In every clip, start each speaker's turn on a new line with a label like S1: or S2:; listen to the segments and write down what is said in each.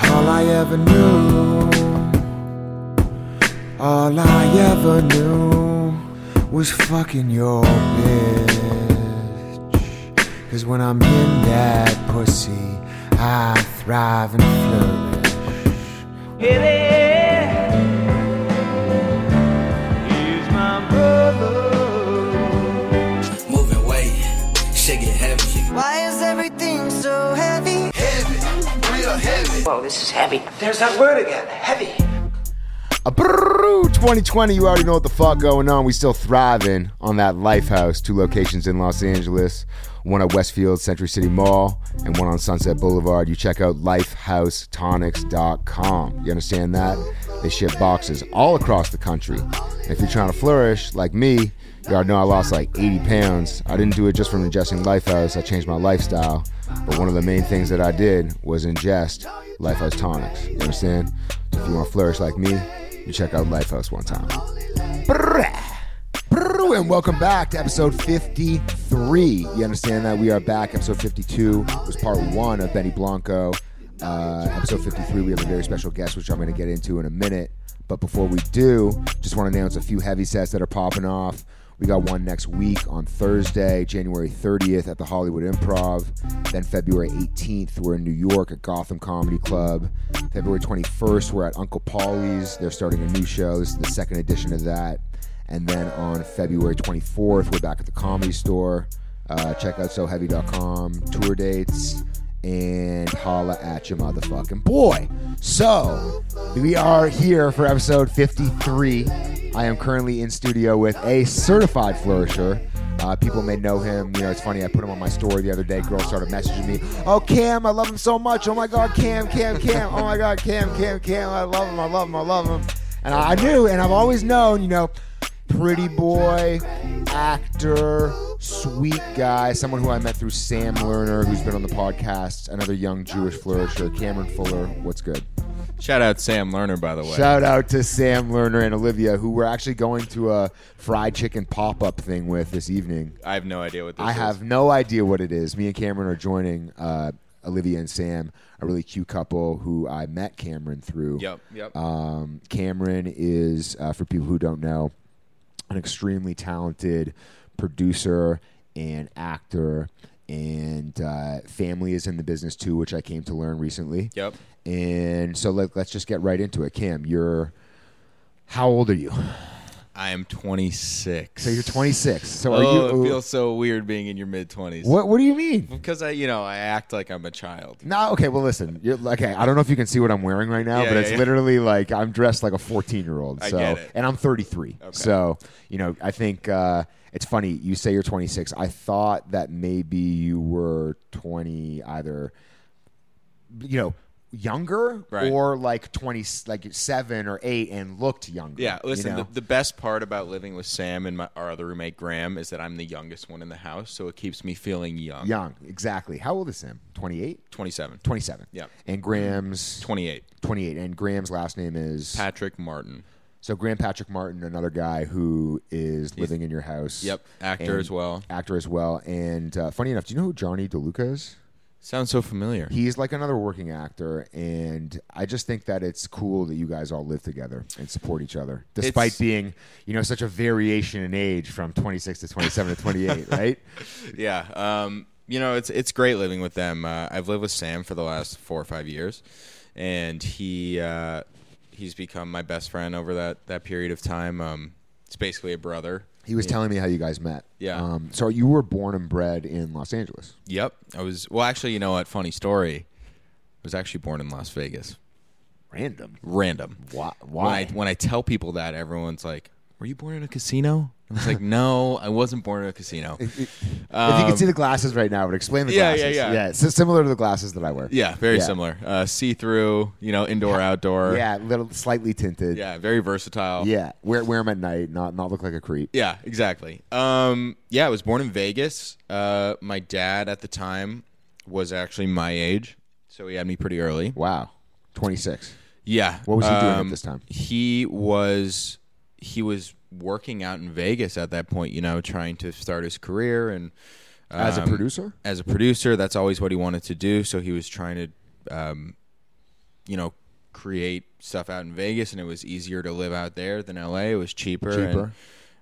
S1: I ever knew, all I ever knew was fucking your bitch. Cause when I'm in that pussy, I thrive and flourish.
S2: Moving weight, shit get heavy.
S3: Why is everything so heavy?
S4: Whoa, this is heavy.
S1: A brrrr, 2020, you already know what the fuck going on. We still thriving on that Lifehouse. Two locations in Los Angeles, one at Westfield Century City Mall, and one on Sunset Boulevard. You check out lifehousetonics.com. You understand that? They ship boxes all across the country. And if you're trying to flourish, like me, you already know I lost like 80 pounds. I didn't do it just from ingesting Lifehouse. I changed my lifestyle. But one of the main things that I did was ingest Lifehouse tonics. You understand? So if you want to flourish like me, you check out Lifehouse one time. Brrrah. Brrrr. And welcome back to episode 53. You understand that we are back. Episode 52 was part one of Benny Blanco. Uh, episode 53, we have a very special guest, which I'm going to get into in a minute. But before we do, just want to announce a few heavy sets that are popping off. We got one next week on Thursday, January 30th at the Hollywood Improv. Then February 18th, we're in New York at Gotham Comedy Club. February 21st, we're at Uncle Paulie's. They're starting a new show. This is the second edition of that. And then on February 24th, we're back at the comedy store. Uh, check out soheavy.com, tour dates, and holla at your motherfucking boy. So, we are here for episode 53. I am currently in studio with a certified flourisher. Uh, people may know him. You know, it's funny. I put him on my story the other day. Girls started messaging me, "Oh, Cam, I love him so much. Oh my God, Cam, Cam, Cam. Oh my God, Cam, Cam, Cam. I love him. I love him. I love him." And I I knew, and I've always known. You know, pretty boy, actor, sweet guy, someone who I met through Sam Lerner, who's been on the podcast, another young Jewish flourisher, Cameron Fuller. What's good?
S5: Shout out Sam Lerner, by the way.
S1: Shout out to Sam Lerner and Olivia, who we're actually going to a fried chicken pop up thing with this evening.
S5: I have no idea what this
S1: I
S5: is.
S1: have no idea what it is. Me and Cameron are joining uh, Olivia and Sam, a really cute couple who I met Cameron through.
S5: Yep, yep.
S1: Um, Cameron is, uh, for people who don't know, an extremely talented producer and actor, and uh, family is in the business too, which I came to learn recently.
S5: Yep.
S1: And so let, let's just get right into it. Cam, you're how old are you?
S5: I am 26.
S1: So you're 26. So are
S5: Oh,
S1: you?
S5: it feels so weird being in your mid 20s.
S1: what What do you mean?
S5: Because I, you know, I act like I'm a child.
S1: No, okay. Well, listen. You're, okay, I don't know if you can see what I'm wearing right now,
S5: Yeah,
S1: but
S5: yeah,
S1: it's
S5: yeah.
S1: literally like I'm dressed like a 14 year old.
S5: I
S1: So,
S5: get it.
S1: and I'm 33. So, you know, I think uh, it's funny. You say you're 26. I thought that maybe you were 20, either, you know, younger
S5: Right.
S1: or like 20, like seven or eight, and looked younger.
S5: Yeah,
S1: you
S5: listen,
S1: know?
S5: the, the best part about living with Sam and my, our other roommate, Graham, is that I'm the youngest one in the house, so it keeps me feeling young.
S1: young, exactly. How old is Sam? 28,
S5: 27.
S1: 27.
S5: Yeah.
S1: And Graham's
S5: 28.
S1: 28, and Graham's last name is
S5: Patrick Martin.
S1: So Graham Patrick Martin, another guy who is living in your house.
S5: Yep, actor
S1: And-
S5: as well.
S1: Actor as well. And uh, funny enough, do you know who Johnny DeLuca is?
S5: Sounds so familiar.
S1: He's like another working actor, and I just think that it's cool that you guys all live together and support each other, despite
S5: It's-
S1: being, you know, such a variation in age from 26 to 27 to 28, right?
S5: Yeah. Um, you know, it's it's great living with them. Uh, I've lived with Sam for the last four or five years, and he uh, he's become my best friend over that that period of time. Um, it's basically a brother.
S1: He was telling me how you guys met.
S5: Yeah.
S1: Um, so you were born and bred in Los Angeles.
S5: Yep. I was well, actually, you know what? Funny story. I was actually born in Las Vegas.
S1: Random.
S5: Random.
S1: Why?
S5: When I
S1: Why?
S5: when I tell people that, everyone's like, "Were you born in a casino?" I was like, "No, I wasn't born in a casino."
S1: if you could see the glasses right now, but explain the
S5: Um, Yeah, yeah,
S1: glasses.
S5: yeah.
S1: yeah it's similar to the glasses that I wear.
S5: Yeah, very
S1: Yeah.
S5: similar. Uh, see through. You know, indoor outdoor.
S1: Yeah, little slightly tinted.
S5: Yeah, very versatile.
S1: Yeah. Wear wear them at night, not not look like a creep.
S5: Yeah, exactly. Um, yeah, I was born in Vegas. Uh, my dad at the time was actually my age, so he had me pretty early.
S1: Wow. Twenty six.
S5: Yeah. um,
S1: What was he doing at this time?
S5: He was he was working out in Vegas at that point. You know, trying to start his career and
S1: As a
S5: um,
S1: producer?
S5: As a producer, that's always what he wanted to do. So he was trying to, um, you know, create stuff out in Vegas, and it was easier to live out there than LA. It was cheaper.
S1: Cheaper.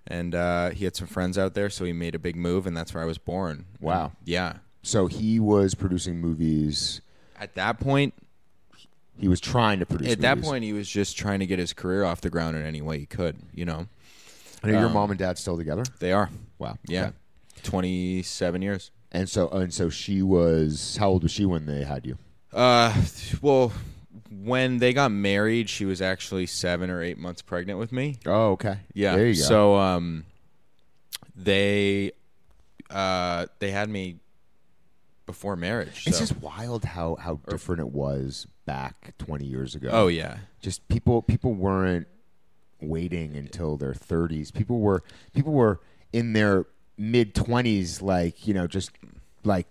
S5: And, and uh, he had some friends out there, so he made a big move, and that's where I was born.
S1: Wow.
S5: Yeah.
S1: So he was producing movies.
S5: At that point,
S1: He was trying to produce.
S5: at that
S1: movies.
S5: point, he was just trying to get his career off the ground in any way he could. You know,
S1: And are your mom and dad still together?
S5: they are.
S1: Wow.
S5: um, Yeah.
S1: Okay.
S5: Twenty-seven years.
S1: And so and so she was. How old was she when they had you?
S5: Uh, well, when they got married, she was actually seven or eight months pregnant with me.
S1: Oh, okay.
S5: Yeah.
S1: There you go.
S5: So um, they uh they had me before marriage.
S1: it's
S5: so-
S1: just wild how how different it was back 20 years ago.
S5: oh yeah,
S1: just people people weren't waiting until their 30s people were people were in their mid 20s like you know just like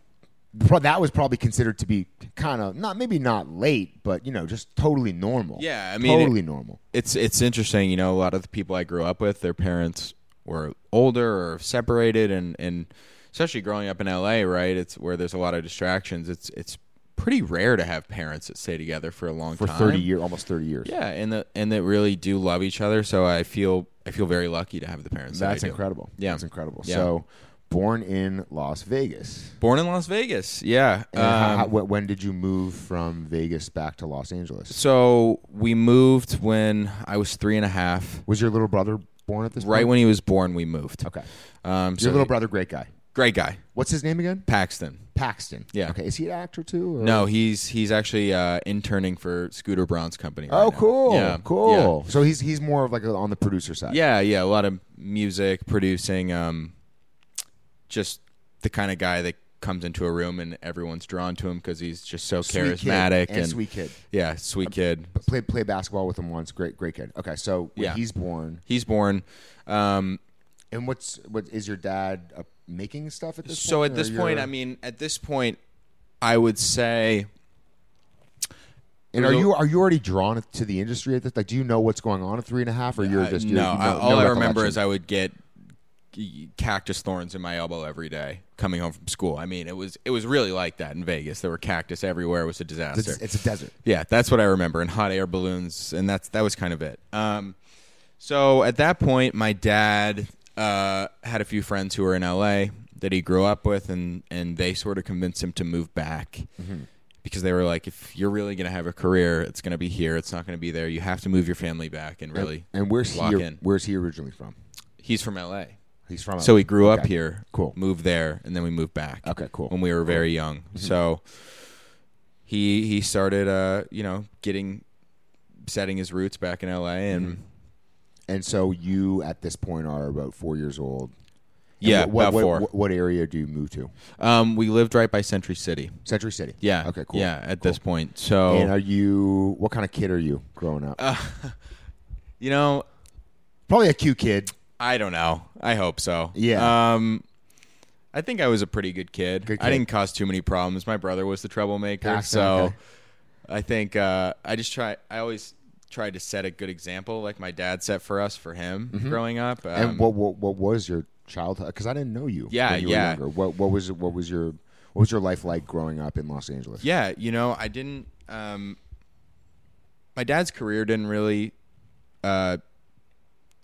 S1: pro- that was probably considered to be kind of not maybe not late but you know just totally normal
S5: Yeah, I mean,
S1: totally normal
S5: it's it's interesting. You know, a lot of the people I grew up with, their parents were older or separated, and and especially growing up in L.A. Right, it's where there's a lot of distractions. It's it's pretty rare to have parents that stay together for a long
S1: for
S5: time
S1: 30 year almost 30 years
S5: Yeah, and the, and that really do love each other. So I feel I feel very lucky to have the parents. that I
S1: that's
S5: do.
S1: incredible
S5: Yeah,
S1: that's incredible
S5: Yeah.
S1: so born in las vegas
S5: born in Las Vegas. Yeah.
S1: And how-
S5: um,
S1: how- wh- when did you move from vegas back to los angeles
S5: so we moved when I was three and a half.
S1: was your little brother born at this
S5: Right
S1: point?
S5: when he was born, we moved.
S1: okay
S5: Um, so
S1: your little brother great guy
S5: great guy,
S1: What's his name again?
S5: Paxton.
S1: Paxton.
S5: Yeah.
S1: Okay. Is he an actor too? Or?
S5: No, he's he's actually uh, interning for Scooter Braun's company. right
S1: Oh,
S5: now.
S1: cool.
S5: Yeah,
S1: Cool. So he's he's more of like a, on the producer side.
S5: Yeah. yeah, yeah. A lot of music producing. Um, just the kind of guy that comes into a room and everyone's drawn to him because he's just so
S1: Sweet kid
S5: charismatic
S1: and, sweet kid.
S5: Yeah, sweet kid.
S1: Played played basketball with him once. Great great kid. Okay. So when
S5: Yeah.
S1: he's born,
S5: He's born. Um,
S1: and what's what is your dad uh, making stuff at this?
S5: so
S1: point,
S5: at
S1: or
S5: this point,
S1: you're-
S5: I mean, at this point, I would say
S1: and are
S5: there's a-
S1: you are you already drawn to the industry at this? Like, do you know what's going on at three and a half, or you're
S5: uh,
S1: just
S5: no.
S1: you're, you
S5: I,
S1: know-
S5: all
S1: no
S5: I remember
S1: recollection?
S5: is I would get c- cactus thorns in my elbow every day coming home from school. I mean, it was it was really like that in Vegas. There were cactus everywhere. It was a disaster.
S1: it's, it's a desert.
S5: yeah, that's what I remember. And hot air balloons, and that's that was kind of it. Um, so at that point, my dad uh, had a few friends who were in LA that he grew up with, and and they sort of convinced him to move back
S1: Mm-hmm.
S5: because they were like, if you're really gonna have a career, it's gonna be here. It's not gonna be there. You have to move your family back and really.
S1: And where's
S5: lock
S1: he?
S5: in.
S1: Where's he originally from?
S5: He's from LA.
S1: He's from.
S5: So we grew up
S1: Oh, Okay.
S5: here,
S1: Cool.
S5: Moved there, and then we moved back.
S1: Okay, cool. Mm-hmm.
S5: When we were very young, so he he started, uh, you know, getting setting his roots back in LA, and
S1: Mm-hmm. And so you at this point are about four years old. And
S5: yeah,
S1: What, what,
S5: about
S1: what-
S5: four.
S1: What, what area do you move to?
S5: um, we lived right by Century City.
S1: Century City.
S5: Yeah.
S1: Okay. Cool.
S5: Yeah, at
S1: Cool.
S5: this point, Uh, so
S1: And are you? What kind of kid are you growing up?
S5: you know,
S1: Probably a cute kid.
S5: I don't know. I hope so.
S1: Yeah.
S5: Um, I think I was a pretty good kid.
S1: Good
S5: I
S1: kid.
S5: didn't cause too many problems. My brother was the troublemaker,
S1: Gotcha,
S5: so
S1: okay.
S5: I think uh, I just try. I always tried to set a good example, like my dad set for us for him growing up. Um,
S1: Mm-hmm. and what, what what was your childhood? Because I didn't know you.
S5: Yeah,
S1: When you
S5: yeah.
S1: Were younger. What what was what was your what was your life like growing up in Los Angeles?
S5: Yeah, you know, I didn't. Um, my dad's career didn't really uh,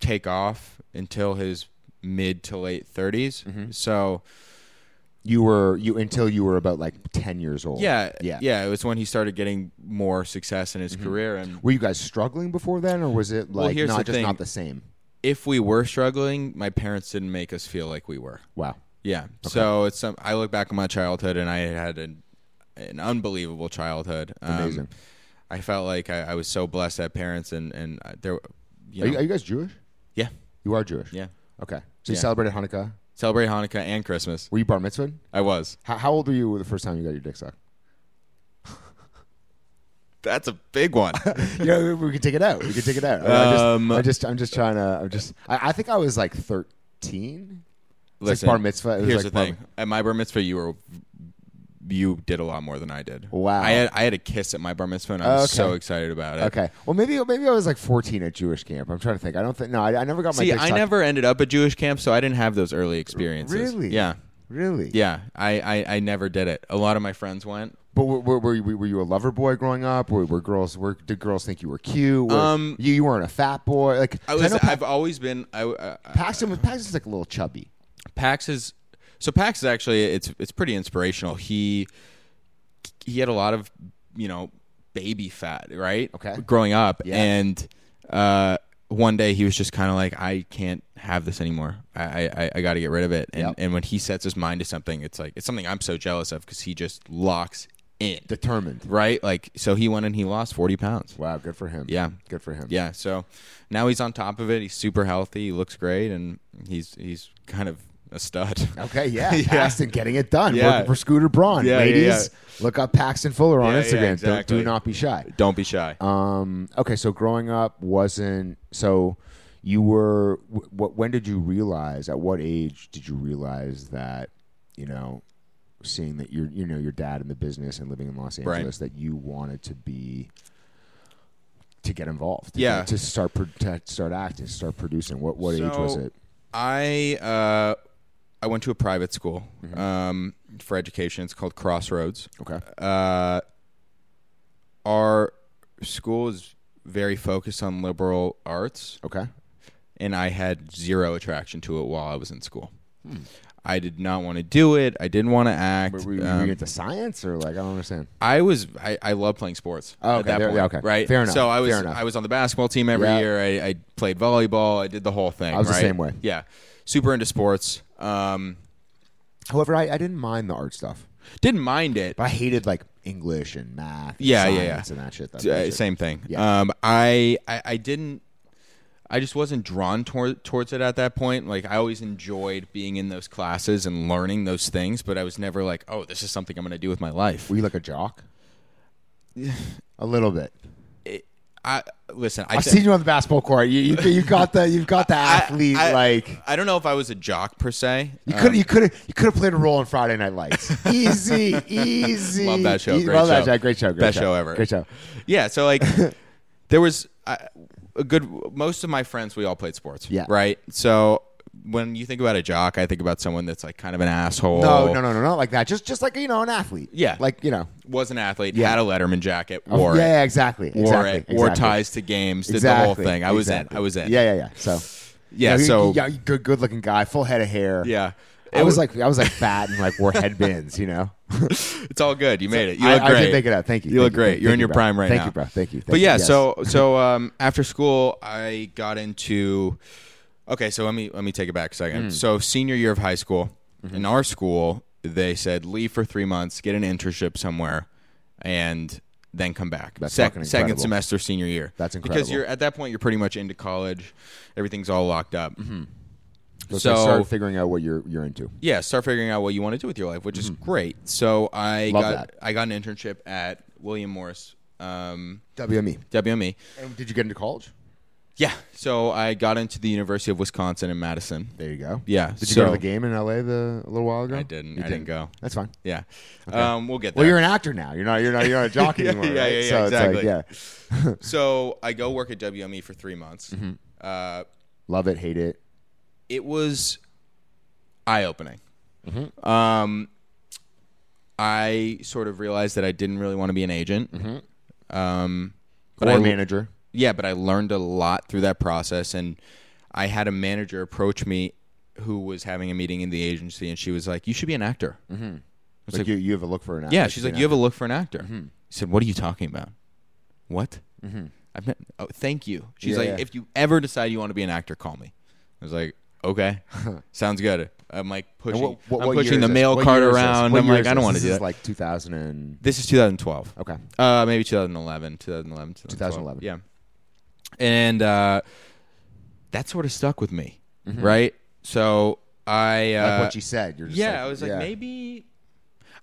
S5: take off until his mid to late 30s.
S1: Mm-hmm.
S5: So
S1: You were you until you were about like ten years old.
S5: yeah,
S1: Yeah.
S5: yeah, Mm-hmm. It was when he started getting more success in his career, and
S1: Were you guys struggling before then, or was it
S5: Well,
S1: like
S5: here's
S1: not
S5: the
S1: just
S5: thing.
S1: not the same?
S5: if we were struggling, my parents didn't make us feel like we were.
S1: Wow.
S5: Yeah. So it's some. I look back on my childhood, and I had an an unbelievable childhood. Um,
S1: Amazing.
S5: I felt like I, I was so blessed to have parents, and and I- there, you know,
S1: Are, you, are you guys Jewish?
S5: yeah,
S1: You are Jewish.
S5: yeah.
S1: Okay. So you
S5: Yeah.
S1: celebrated Hanukkah.
S5: Celebrate Hanukkah and Christmas.
S1: Were you bar mitzvah?
S5: I was.
S1: How, how old were you the first time you got your dick sucked?
S5: That's a big one.
S1: you know, we can take it out. We can take it out. I, just, I just, I'm just trying to. I'm just. I, I think I was like 13. It's like bar mitzvah. It was like
S5: here's the
S1: bar
S5: thing: at my bar mitzvah, you were you did a lot more than I did.
S1: Wow.
S5: I had I had a kiss at my bar mitzvah, and I was
S1: Okay.
S5: so excited about it.
S1: Okay. Well, maybe maybe I was like 14 at Jewish camp. I'm trying to think. I don't think. No, I, I never got my.
S5: See,
S1: dick
S5: I
S1: sucked.
S5: never ended up at Jewish camp, so I didn't have those early experiences.
S1: Really?
S5: Yeah.
S1: Really.
S5: Yeah. I, I, I never did it. A lot of my friends went.
S1: But were, were, were, you, were you a lover boy growing up? Were, were girls? Were, did girls think you were cute? Were,
S5: Um,
S1: you, you weren't a fat boy. Like
S5: I
S1: 'cause
S5: was.
S1: know Pa-
S5: I've always been. I, I, I-
S1: Paxton was Paxton's like a little chubby.
S5: Pax is so Pax is actually it's it's pretty inspirational. He he had a lot of you know baby fat, right?
S1: Okay.
S5: growing up,
S1: Yeah.
S5: and uh, one day he was just kind of like, I can't have this anymore. I I, I got to get rid of it. And
S1: Yep.
S5: and when he sets his mind to something, it's like it's something I'm so jealous of because he just locks in,
S1: Determined.
S5: right? Like so he went and he lost forty pounds.
S1: Wow, good for him.
S5: Yeah.
S1: good for him.
S5: Yeah, so now he's on top of it. He's super healthy. He looks great, and he's he's kind of a stud.
S1: Okay, yeah, Paxton getting it done.
S5: Yeah.
S1: Working for Scooter Braun.
S5: Yeah, yeah,
S1: Ladies,
S5: yeah.
S1: look up Paxton Fuller on
S5: Yeah, yeah,
S1: Instagram. Don't do
S5: exactly.
S1: not be shy.
S5: Don't be shy.
S1: Um, okay, so growing up wasn't so. You were. wh- What? When did you realize? At what age did you realize that? You know, seeing that you're, you know, your dad in the business and living in Los
S5: Right.
S1: Angeles, that you wanted to be to get involved.
S5: Yeah.
S1: to start pro- to start acting, start producing. What? What age was
S5: So,
S1: it?
S5: I uh, I went to a private school
S1: Mm-hmm.
S5: um, for education. It's called Crossroads.
S1: Okay.
S5: Uh, our school is very focused on liberal arts,
S1: Okay.
S5: and I had zero attraction to it while I was in school. I did not want to do it. I didn't want to act.
S1: Hmm. Were, were you
S5: Um,
S1: into science or like I don't understand?
S5: I was I, I love playing sports.
S1: Oh,
S5: at
S1: okay.
S5: that
S1: There-
S5: point,
S1: yeah, okay.
S5: Right.
S1: Fair enough.
S5: So I was
S1: Fair enough.
S5: I was on the basketball team every
S1: Yeah.
S5: year. I, I played volleyball. I did the whole thing.
S1: I was the
S5: right?
S1: same way.
S5: Yeah. Super into sports. Um,
S1: However, I, I didn't mind the art stuff.
S5: didn't mind it.
S1: But I hated like English and math. And
S5: Yeah, yeah, yeah.
S1: science And that shit. That
S5: Uh,
S1: bullshit.
S5: same thing.
S1: Yeah.
S5: Um, I, I I didn't. I just wasn't drawn toward, towards it at that point. Like I always enjoyed being in those classes and learning those things, but I was never like, oh, this is something I'm going to do with my life.
S1: Were you like a jock? a little bit.
S5: I listen. I
S1: I've
S5: thi-
S1: seen you on the basketball court. You, you you've got the you've got the
S5: I-
S1: athlete
S5: I- uh,
S1: like.
S5: I don't know if I was a jock per se. Um,
S1: You could you could have you could have played a role in Friday Night Lights. easy, easy.
S5: Love that show.
S1: Easy.
S5: Great
S1: Love
S5: show.
S1: that show. Great show. Great
S5: Best show ever.
S1: Great show.
S5: Yeah, so like there was I- a good most of my friends we all played sports.
S1: Yeah.
S5: Right? So when you think about a jock, I think about someone that's like kind of an asshole.
S1: No, no, no, no, not like that. Just just like you know an athlete.
S5: Yeah.
S1: Like you know.
S5: Was an athlete,
S1: Yeah.
S5: had a Letterman jacket,
S1: Oh,
S5: wore
S1: yeah,
S5: it.
S1: yeah, exactly.
S5: Wore
S1: exactly,
S5: it, wore
S1: exactly.
S5: ties to games, did
S1: exactly,
S5: the whole thing. I was
S1: exactly.
S5: in. I was in.
S1: Yeah, yeah, yeah. So
S5: Yeah,
S1: No, he-
S5: so
S1: yeah, he- good, good looking guy, full head of hair.
S5: yeah.
S1: I
S5: It
S1: was
S5: wa-
S1: like, I was like fat and like wore headbands, you know.
S5: it's all good. You made it. You
S1: I-
S5: look
S1: I
S5: great.
S1: did make it up. Thank you.
S5: You
S1: Thank
S5: look
S1: you.
S5: great.
S1: Thank
S5: You're in
S1: you,
S5: your
S1: bro.
S5: prime right
S1: Thank
S5: now.
S1: you, bro. Thank you. Thank
S5: but
S1: you.
S5: yeah,
S1: Yes.
S5: so so um, after school, I got into. Okay, so let me let me take it back a
S1: Mm.
S5: second. So senior year of high school,
S1: Mm-hmm.
S5: in our school, they said leave for three months, get an internship somewhere, and then come back.
S1: That's
S5: Sec-
S1: fucking
S5: second
S1: incredible.
S5: semester, senior year.
S1: That's
S5: Because
S1: incredible.
S5: you're at that point, you're pretty much into college. Everything's all locked up.
S1: Mm-hmm. so,
S5: so-
S1: start figuring out what you're you're into.
S5: yeah, start figuring out what you want to do with your life, which is great. So I
S1: Mm-hmm. Love
S5: got
S1: that.
S5: I got an internship at William Morris, um,
S1: WME.
S5: WME.
S1: And did you get into college?
S5: Yeah, so I got into the University of Wisconsin in Madison.
S1: There you go.
S5: Yeah,
S1: Did you
S5: so-
S1: go to the game in LA the, a little while ago?
S5: I didn't.
S1: You
S5: I didn't go.
S1: That's fine.
S5: Yeah, um, we'll get there.
S1: Well, you're an actor now. You're not. You're not. You're not a jockey
S5: Yeah,
S1: anymore.
S5: yeah,
S1: right?
S5: yeah, yeah,
S1: so
S5: exactly.
S1: It's like, yeah.
S5: so I go work at WME for three months.
S1: Mm-hmm.
S5: Uh,
S1: Love it. Hate it.
S5: it was eye opening.
S1: Mm-hmm.
S5: Um, I sort of realized that I didn't really want to be an agent.
S1: Mm-hmm.
S5: Um, but
S1: or
S5: I,
S1: manager.
S5: yeah, but I learned a lot through that process, and I had a manager approach me who was having a meeting in the agency, and she was like, "You should be an actor."
S1: Like, you, Mm-hmm. you have a look for an actor. Mm-hmm.
S5: Yeah, she's like, you have a look for an actor. She said, what are you talking about? What? I've met, oh, thank you. She's
S1: Yeah,
S5: like,
S1: yeah.
S5: if you ever decide you want to be an actor, call me. I was like, okay, sounds good. I'm like pushing,
S1: What, what,
S5: I'm
S1: what
S5: pushing
S1: year
S5: the
S1: is this?
S5: mail
S1: What
S5: card
S1: year is this?
S5: around.
S1: What
S5: I'm
S1: year
S5: like,
S1: is
S5: I don't
S1: this?
S5: want to
S1: This
S5: do
S1: is
S5: that.
S1: Like 2000 and
S5: this is 2012.
S1: okay.
S5: Uh, maybe 2011, 2011, 2012.
S1: 2011.
S5: Yeah. And uh, that sort of stuck with me, right? So I. Uh,
S1: Mm-hmm. Like what you said. You're just
S5: yeah,
S1: Like,
S5: I was like,
S1: yeah.
S5: maybe.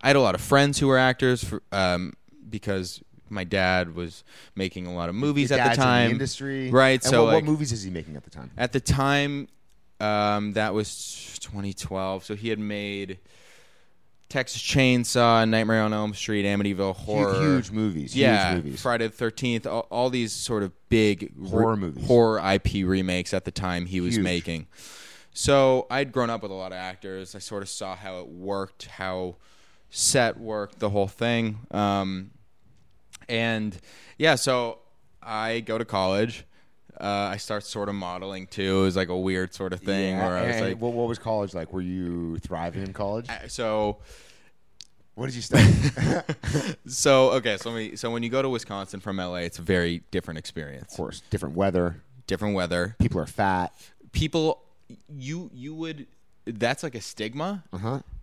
S5: I had a lot of friends who were actors for, um, because my dad was making a lot of movies
S1: Your
S5: at
S1: dad's
S5: the
S1: in
S5: time.
S1: industry, And
S5: right? so,
S1: what,
S5: like,
S1: what movies is he making at the time?
S5: at the time, um, that was 2012. So he had made Texas Chainsaw, Nightmare on Elm Street, Amityville Horror,
S1: huge movies, huge
S5: yeah,
S1: movies.
S5: Friday the 13th, all, all these sort of big re-
S1: Horror movies.
S5: horror IP remakes at the time he was
S1: Huge.
S5: making. So I'd grown up with a lot of actors. I sort of saw how it worked, how set work, the whole thing. Um, and yeah, so I go to college. Uh, I start sort of modeling too. It was like a weird sort of thing where I was
S1: and
S5: like,
S1: what, what was college like? Were you thriving in college?
S5: so
S1: What did you study?
S5: so okay. So let me, so when you go to Wisconsin from LA, it's a very different experience.
S1: of course, different weather.
S5: Different weather.
S1: People are fat.
S5: People, you you would. That's like a stigma,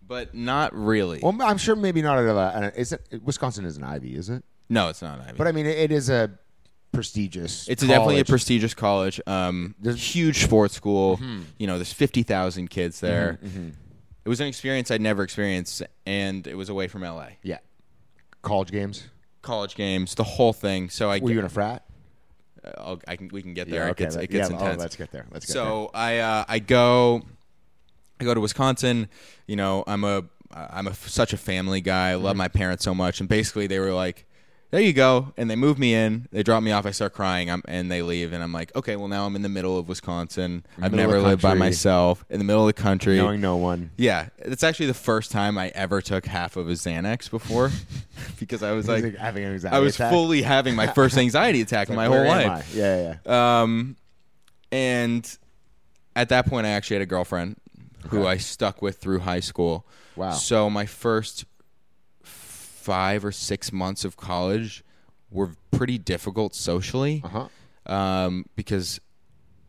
S5: but not really.
S1: Mm-hmm. Well, I'm sure maybe not at a. Is it Wisconsin is an Ivy, is it?
S5: no, it's not. I mean,
S1: But I mean, it, it is a prestigious.
S5: It's definitely a
S1: college.
S5: prestigious college. Um, huge sports school.
S1: Mm-hmm.
S5: You know, there's fifty thousand kids there. It was an experience I'd never experienced, and it was away from LA.
S1: Yeah. College games.
S5: College games, the whole thing. So I,
S1: Were you in a frat?
S5: I'll, I can, we can get there. it gets,
S1: that-
S5: it gets
S1: yeah, oh,
S5: intense.
S1: let's get there. Let's get there.
S5: so I, uh, I go, I go to Wisconsin. You know, I'm a, I'm a such a family guy. I love
S1: Mm-hmm.
S5: my parents so much, and basically they were like. There you go, and they move me in. They drop me off. I start crying, I'm, and they leave. And I'm like, okay, well now I'm in the middle of Wisconsin. I've
S1: Middle of
S5: never lived by
S1: country.
S5: myself in the middle of the country.
S1: Knowing no one.
S5: yeah, it's actually the first time I ever took half of a Xanax before, because I was
S1: He's,
S5: like,
S1: like, having an anxiety
S5: I was
S1: attack.
S5: fully having my first anxiety attack
S1: Like,
S5: my
S1: where
S5: whole
S1: am
S5: life.
S1: I? Yeah, yeah, yeah.
S5: Um, and at that point, I actually had a girlfriend who I stuck with through high school.
S1: Wow.
S5: So my first five or six months of college were pretty difficult socially uh-huh. um, because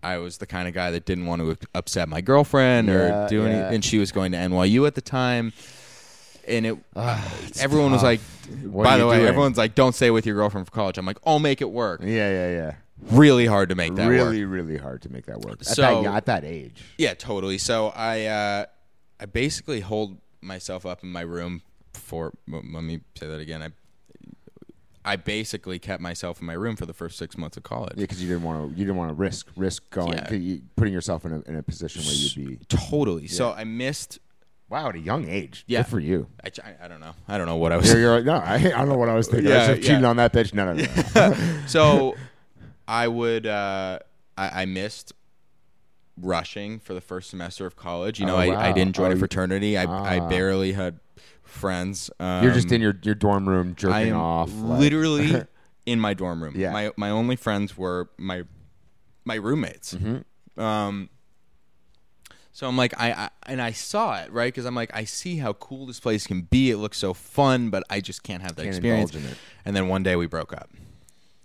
S5: I was the kind of guy that didn't want to upset my girlfriend
S1: Yeah,
S5: or do any,
S1: yeah.
S5: and she was going to NYU at the time. And it, everyone was like,
S1: Ah, What are
S5: by
S1: you
S5: the way,
S1: doing?
S5: everyone's like, don't stay with your girlfriend for college. I'm like, I'll make it work.
S1: yeah, yeah, yeah.
S5: Really hard to make that work.
S1: really, really hard to make that work. At,
S5: So-
S1: that, at that age.
S5: Yeah, totally. So I uh, I basically hold myself up in my room for. m- Let me say that again. I I basically kept myself in my room for the first six months of college.
S1: Yeah, because you didn't want to. You didn't want to risk risk going
S5: Yeah.
S1: 'cause you, putting yourself in a, in a position where you'd be.
S5: Totally. So I missed.
S1: Wow, at a young age.
S5: Yeah.
S1: Good for you.
S5: I, ch- I- I don't know. I don't know what I was.
S1: You're, you're, no, I, I don't know what I was thinking. I
S5: Yeah,
S1: was just cheating
S5: yeah.
S1: on that bitch. No, no, no. no.
S5: so I would. Uh, I, I missed rushing for the first semester of college. You know,
S1: Oh,
S5: I, I
S1: wow.
S5: didn't join
S1: Oh,
S5: a
S1: you-
S5: fraternity. I I
S1: Ah.
S5: barely had friends. Um,
S1: You're just in your, your dorm room jerking
S5: I am
S1: off. like-
S5: literally in my dorm room.
S1: Yeah.
S5: My my only friends were my my roommates.
S1: Mm-hmm.
S5: Um so I'm like I, I and I saw it, right? Cuz I'm like I see how cool this place can be. It looks so fun, but I just can't have that
S1: Can't
S5: experience.
S1: indulge in it.
S5: And then one day we broke up.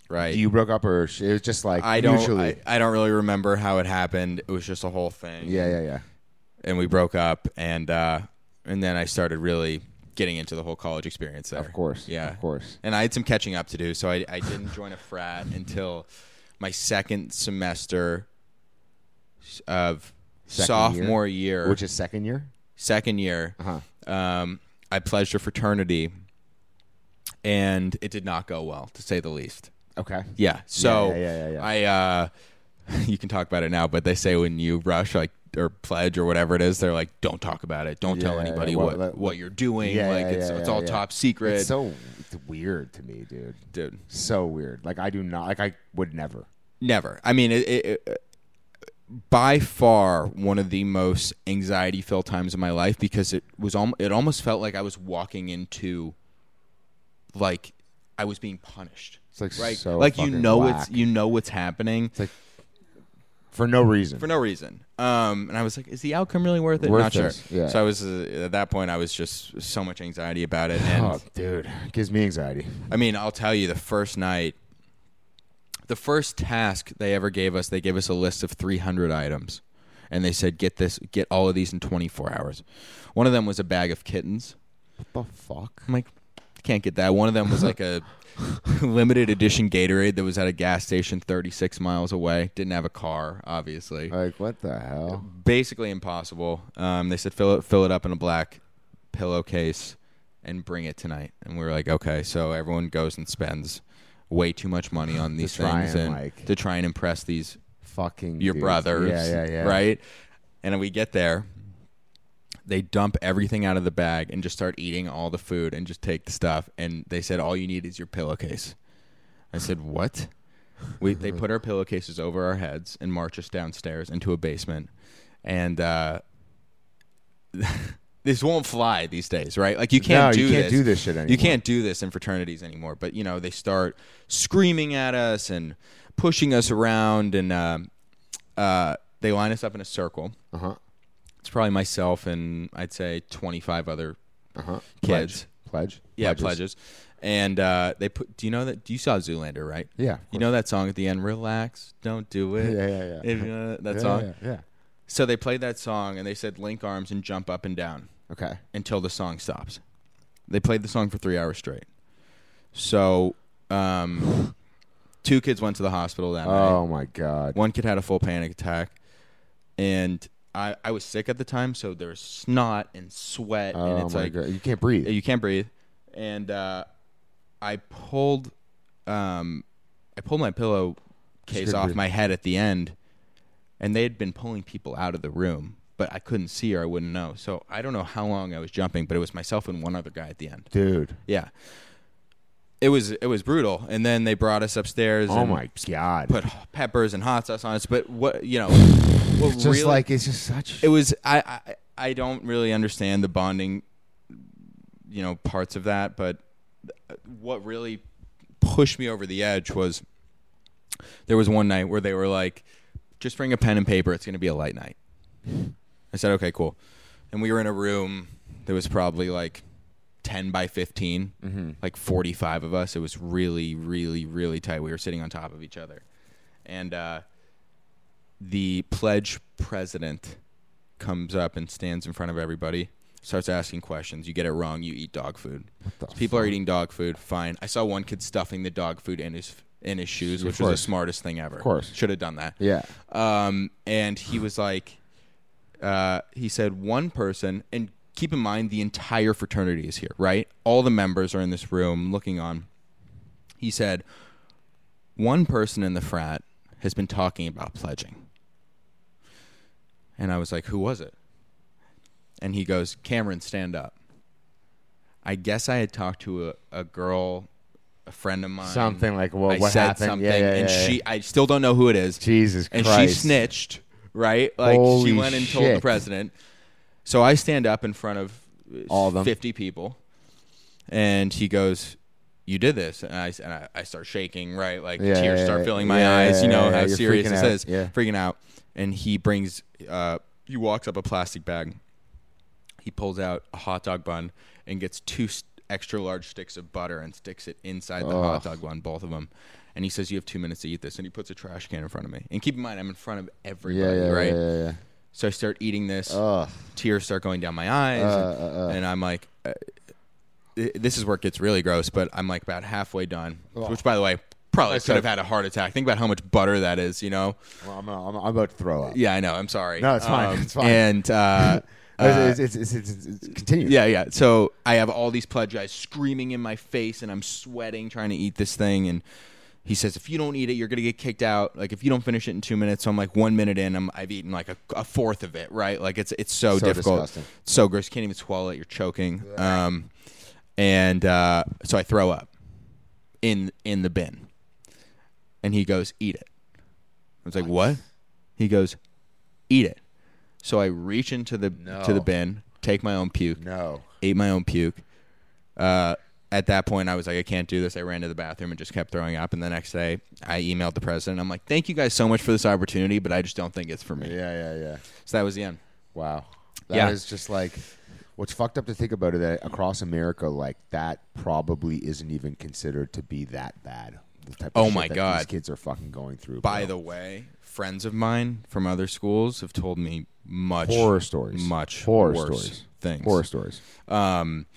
S5: Right?
S1: you broke up, or sh- it was just like
S5: I don't
S1: mutually-
S5: I, I don't really remember how it happened. It was just a whole thing.
S1: yeah, yeah, yeah.
S5: And we broke up and uh and then I started really getting into the whole college experience there.
S1: Of course.
S5: Yeah.
S1: Of course.
S5: And I had some catching up to do, so I, I didn't join a frat until my second semester of
S1: Second
S5: sophomore year,
S1: Which is second year?
S5: second year.
S1: Uh-huh.
S5: Um, I pledged a fraternity, and it did not go well, to say the least.
S1: Okay.
S5: Yeah. So
S1: yeah, yeah, yeah,
S5: I, uh, you can talk about it now, but they say when you rush, like or pledge or whatever it is, they're like, don't talk about it. Don't
S1: Yeah,
S5: tell
S1: yeah,
S5: anybody
S1: yeah.
S5: what,
S1: Well, that-
S5: what you're doing.
S1: Yeah,
S5: like
S1: yeah,
S5: it's,
S1: yeah,
S5: it's
S1: yeah,
S5: all
S1: yeah.
S5: top secret.
S1: It's so it's weird to me, dude.
S5: Dude.
S1: So weird. Like I do not. Like I would never.
S5: Never. I mean, it, it, it, by far one of the most anxiety-filled times of my life because it was al- it almost felt like I was walking into like I was being punished.
S1: It's like
S5: Right?
S1: so.
S5: like you
S1: fucking
S5: know
S1: whack.
S5: it's you know what's happening
S1: like- for no reason.
S5: for no reason. Um, and I was like, is the outcome really worth it?
S1: Worth
S5: Not
S1: this,
S5: sure.
S1: yeah.
S5: So I was uh, at that point I was just so much anxiety about it and
S1: Oh, dude, gives me anxiety.
S5: I mean, I'll tell you, the first night, the first task they ever gave us, they gave us a list of 300 items, and they said, "Get this, get all of these in 24 hours." One of them was a bag of kittens.
S1: What the fuck?
S5: I'm like, can't get that. One of them was like a limited edition Gatorade that was at a gas station 36 miles away. Didn't have a car, obviously.
S1: Like what the hell?
S5: Basically impossible. Um, they said fill it, fill it up in a black pillowcase and bring it tonight. And we were like, okay. So everyone goes and spends way too much money on these
S1: try
S5: things
S1: and,
S5: and
S1: like-
S5: to try and impress these
S1: Fucking
S5: your
S1: dudes.
S5: brothers,
S1: Yeah, yeah, yeah.
S5: right? And we get there. They dump everything out of the bag and just start eating all the food and just take the stuff. And they said, "All you need is your pillowcase." I said, "What?" We they
S1: Mm-hmm.
S5: put our pillowcases over our heads and march us downstairs into a basement. And uh, this won't fly these days, right? Like you
S1: No,
S5: can't do
S1: you can't
S5: this.
S1: do this shit anymore.
S5: You can't do this in fraternities anymore. But you know, they start screaming at us and pushing us around, and um uh, they line us up in a circle. Uh
S1: Uh-huh.
S5: huh. It's probably myself and I'd say twenty five other kids.
S1: Uh-huh. Pledge.
S5: Yeah,
S1: Pledges.
S5: pledges. And uh, they put. Do you know that? You saw Zoolander, right?
S1: Yeah, of
S5: You know that song at the end? Relax, don't do it.
S1: Yeah, yeah, yeah.
S5: If you know that- that
S1: Yeah,
S5: song.
S1: Yeah, yeah.
S5: So they played that song and they said link arms and jump up and down
S1: Okay.
S5: until the song stops. They played the song for three hours straight. So, um, two kids went to the hospital that night.
S1: Oh my god.
S5: One kid had a full panic attack, and I I was sick at the time, so there's snot and sweat,
S1: Oh
S5: and it's
S1: my
S5: like
S1: god. You can't breathe.
S5: you can't breathe. And uh, I pulled, um, I pulled my pillow case
S1: good
S5: off
S1: breathing.
S5: my head at the end, and they had been pulling people out of the room, but I couldn't see or I wouldn't know. So I don't know how long I was jumping, but it was myself and one other guy at the end.
S1: Dude.
S5: Yeah, it was it was brutal. And then they brought us upstairs.
S1: Oh
S5: and
S1: my god.
S5: Put peppers and hot sauce on us, but what you know, what
S1: It's
S5: really
S1: just like it's just such
S5: it was I, I I don't really understand the bonding, you know, parts of that. But what really pushed me over the edge was there was one night where they were like, "Just bring a pen and paper. It's going to be a light night." I said, "Okay, cool." And we were in a room that was probably like ten by 15 like forty-five of us. It was really, really, really tight. We were sitting on top of each other, and uh, the pledge president comes up and stands in front of everybody, starts asking questions. You get it wrong, you eat dog food.
S1: the
S5: So people are eating dog food. Fine. I saw one kid stuffing the dog food in his in his shoes, which was the
S1: course.
S5: smartest thing ever. Of
S1: course.
S5: should have done that.
S1: Yeah.
S5: Um, and he was like, uh, he said one person, and keep in mind the entire fraternity is here, right? All the members are in this room looking on. He said, one person in the frat has been talking about pledging. And I was like, who was it? And he goes, Cameron, stand up. I guess I had talked to a, a girl, a friend of mine.
S1: Something like, well,
S5: I
S1: what
S5: said
S1: happened?
S5: Something,
S1: Yeah, yeah,
S5: and
S1: yeah, yeah.
S5: she, I still don't know who it is.
S1: Jesus
S5: And she
S1: Christ.
S5: snitched, right? Like
S1: Holy
S5: she went and told the
S1: shit.
S5: president. So I stand up in front of uh,
S1: All of them.
S5: 50 people, and he goes, "You did this," and I and I, I start shaking, right? Like
S1: Yeah,
S5: tears
S1: yeah,
S5: start
S1: yeah.
S5: filling my
S1: Yeah,
S5: eyes. You
S1: yeah,
S5: know
S1: yeah,
S5: how
S1: you're
S5: serious
S1: freaking
S5: this
S1: out.
S5: is.
S1: Yeah.
S5: Freaking out. And he brings, uh, he walks up a plastic bag. He pulls out a hot dog bun and gets two s extra large sticks of butter and sticks it inside the hot dog bun, both of them. And he says, "You have two minutes to eat this." And he puts a trash can in front of me. And keep in mind, I'm in front of
S1: yeah,
S5: everybody,
S1: yeah,
S5: right?
S1: yeah, yeah, yeah.
S5: So I start eating this.
S1: Ugh.
S5: Tears start going down my eyes, and, and I'm like, uh, th- "This is where it gets really gross." But I'm like about halfway done, which, by the way, probably could have had a heart attack. Think about how much butter that is, you know?
S1: Well, I'm, I'm, I'm about to throw up.
S5: Yeah, I know. I'm sorry.
S1: No, it's fine, it's fine.
S5: Um, And uh,
S1: It's- it's, it's, it's, it's, it's continue.
S5: yeah, yeah. So I have all these pledge guys screaming in my face, and I'm sweating trying to eat this thing. And he says, "If you don't eat it, you're gonna get kicked out. Like if you don't finish it in two minutes." So I'm like, one minute in, I'm, I've eaten like a, a fourth of it. Right? Like it's it's so,
S1: So
S5: difficult,
S1: disgusting.
S5: so gross. You can't even swallow it. You're choking. Um, and uh, so I throw up in in the bin, and he goes, "Eat it." I was like, "What?" He goes, "Eat it." So I reach into the to the
S1: No.
S5: bin, take my own puke
S1: No.
S5: ate my own puke. Uh, at that point, I was like, I can't do this. I ran to the bathroom and just kept throwing up. And the next day, I emailed the president. I'm like, thank you guys so much for this opportunity, but I just don't think it's for me.
S1: Yeah, yeah, yeah.
S5: So that was the end.
S1: Wow. that is
S5: Yeah.
S1: just like what's fucked up to think about it that across America, like that probably isn't even considered to be that bad. The type of
S5: Oh
S1: shit
S5: my
S1: that these
S5: God.
S1: kids are fucking going through.
S5: By
S1: bro.
S5: the way, friends of mine from other schools have told me much
S1: horror stories,
S5: much
S1: horror
S5: worse
S1: stories,
S5: things.
S1: horror stories.
S5: Um,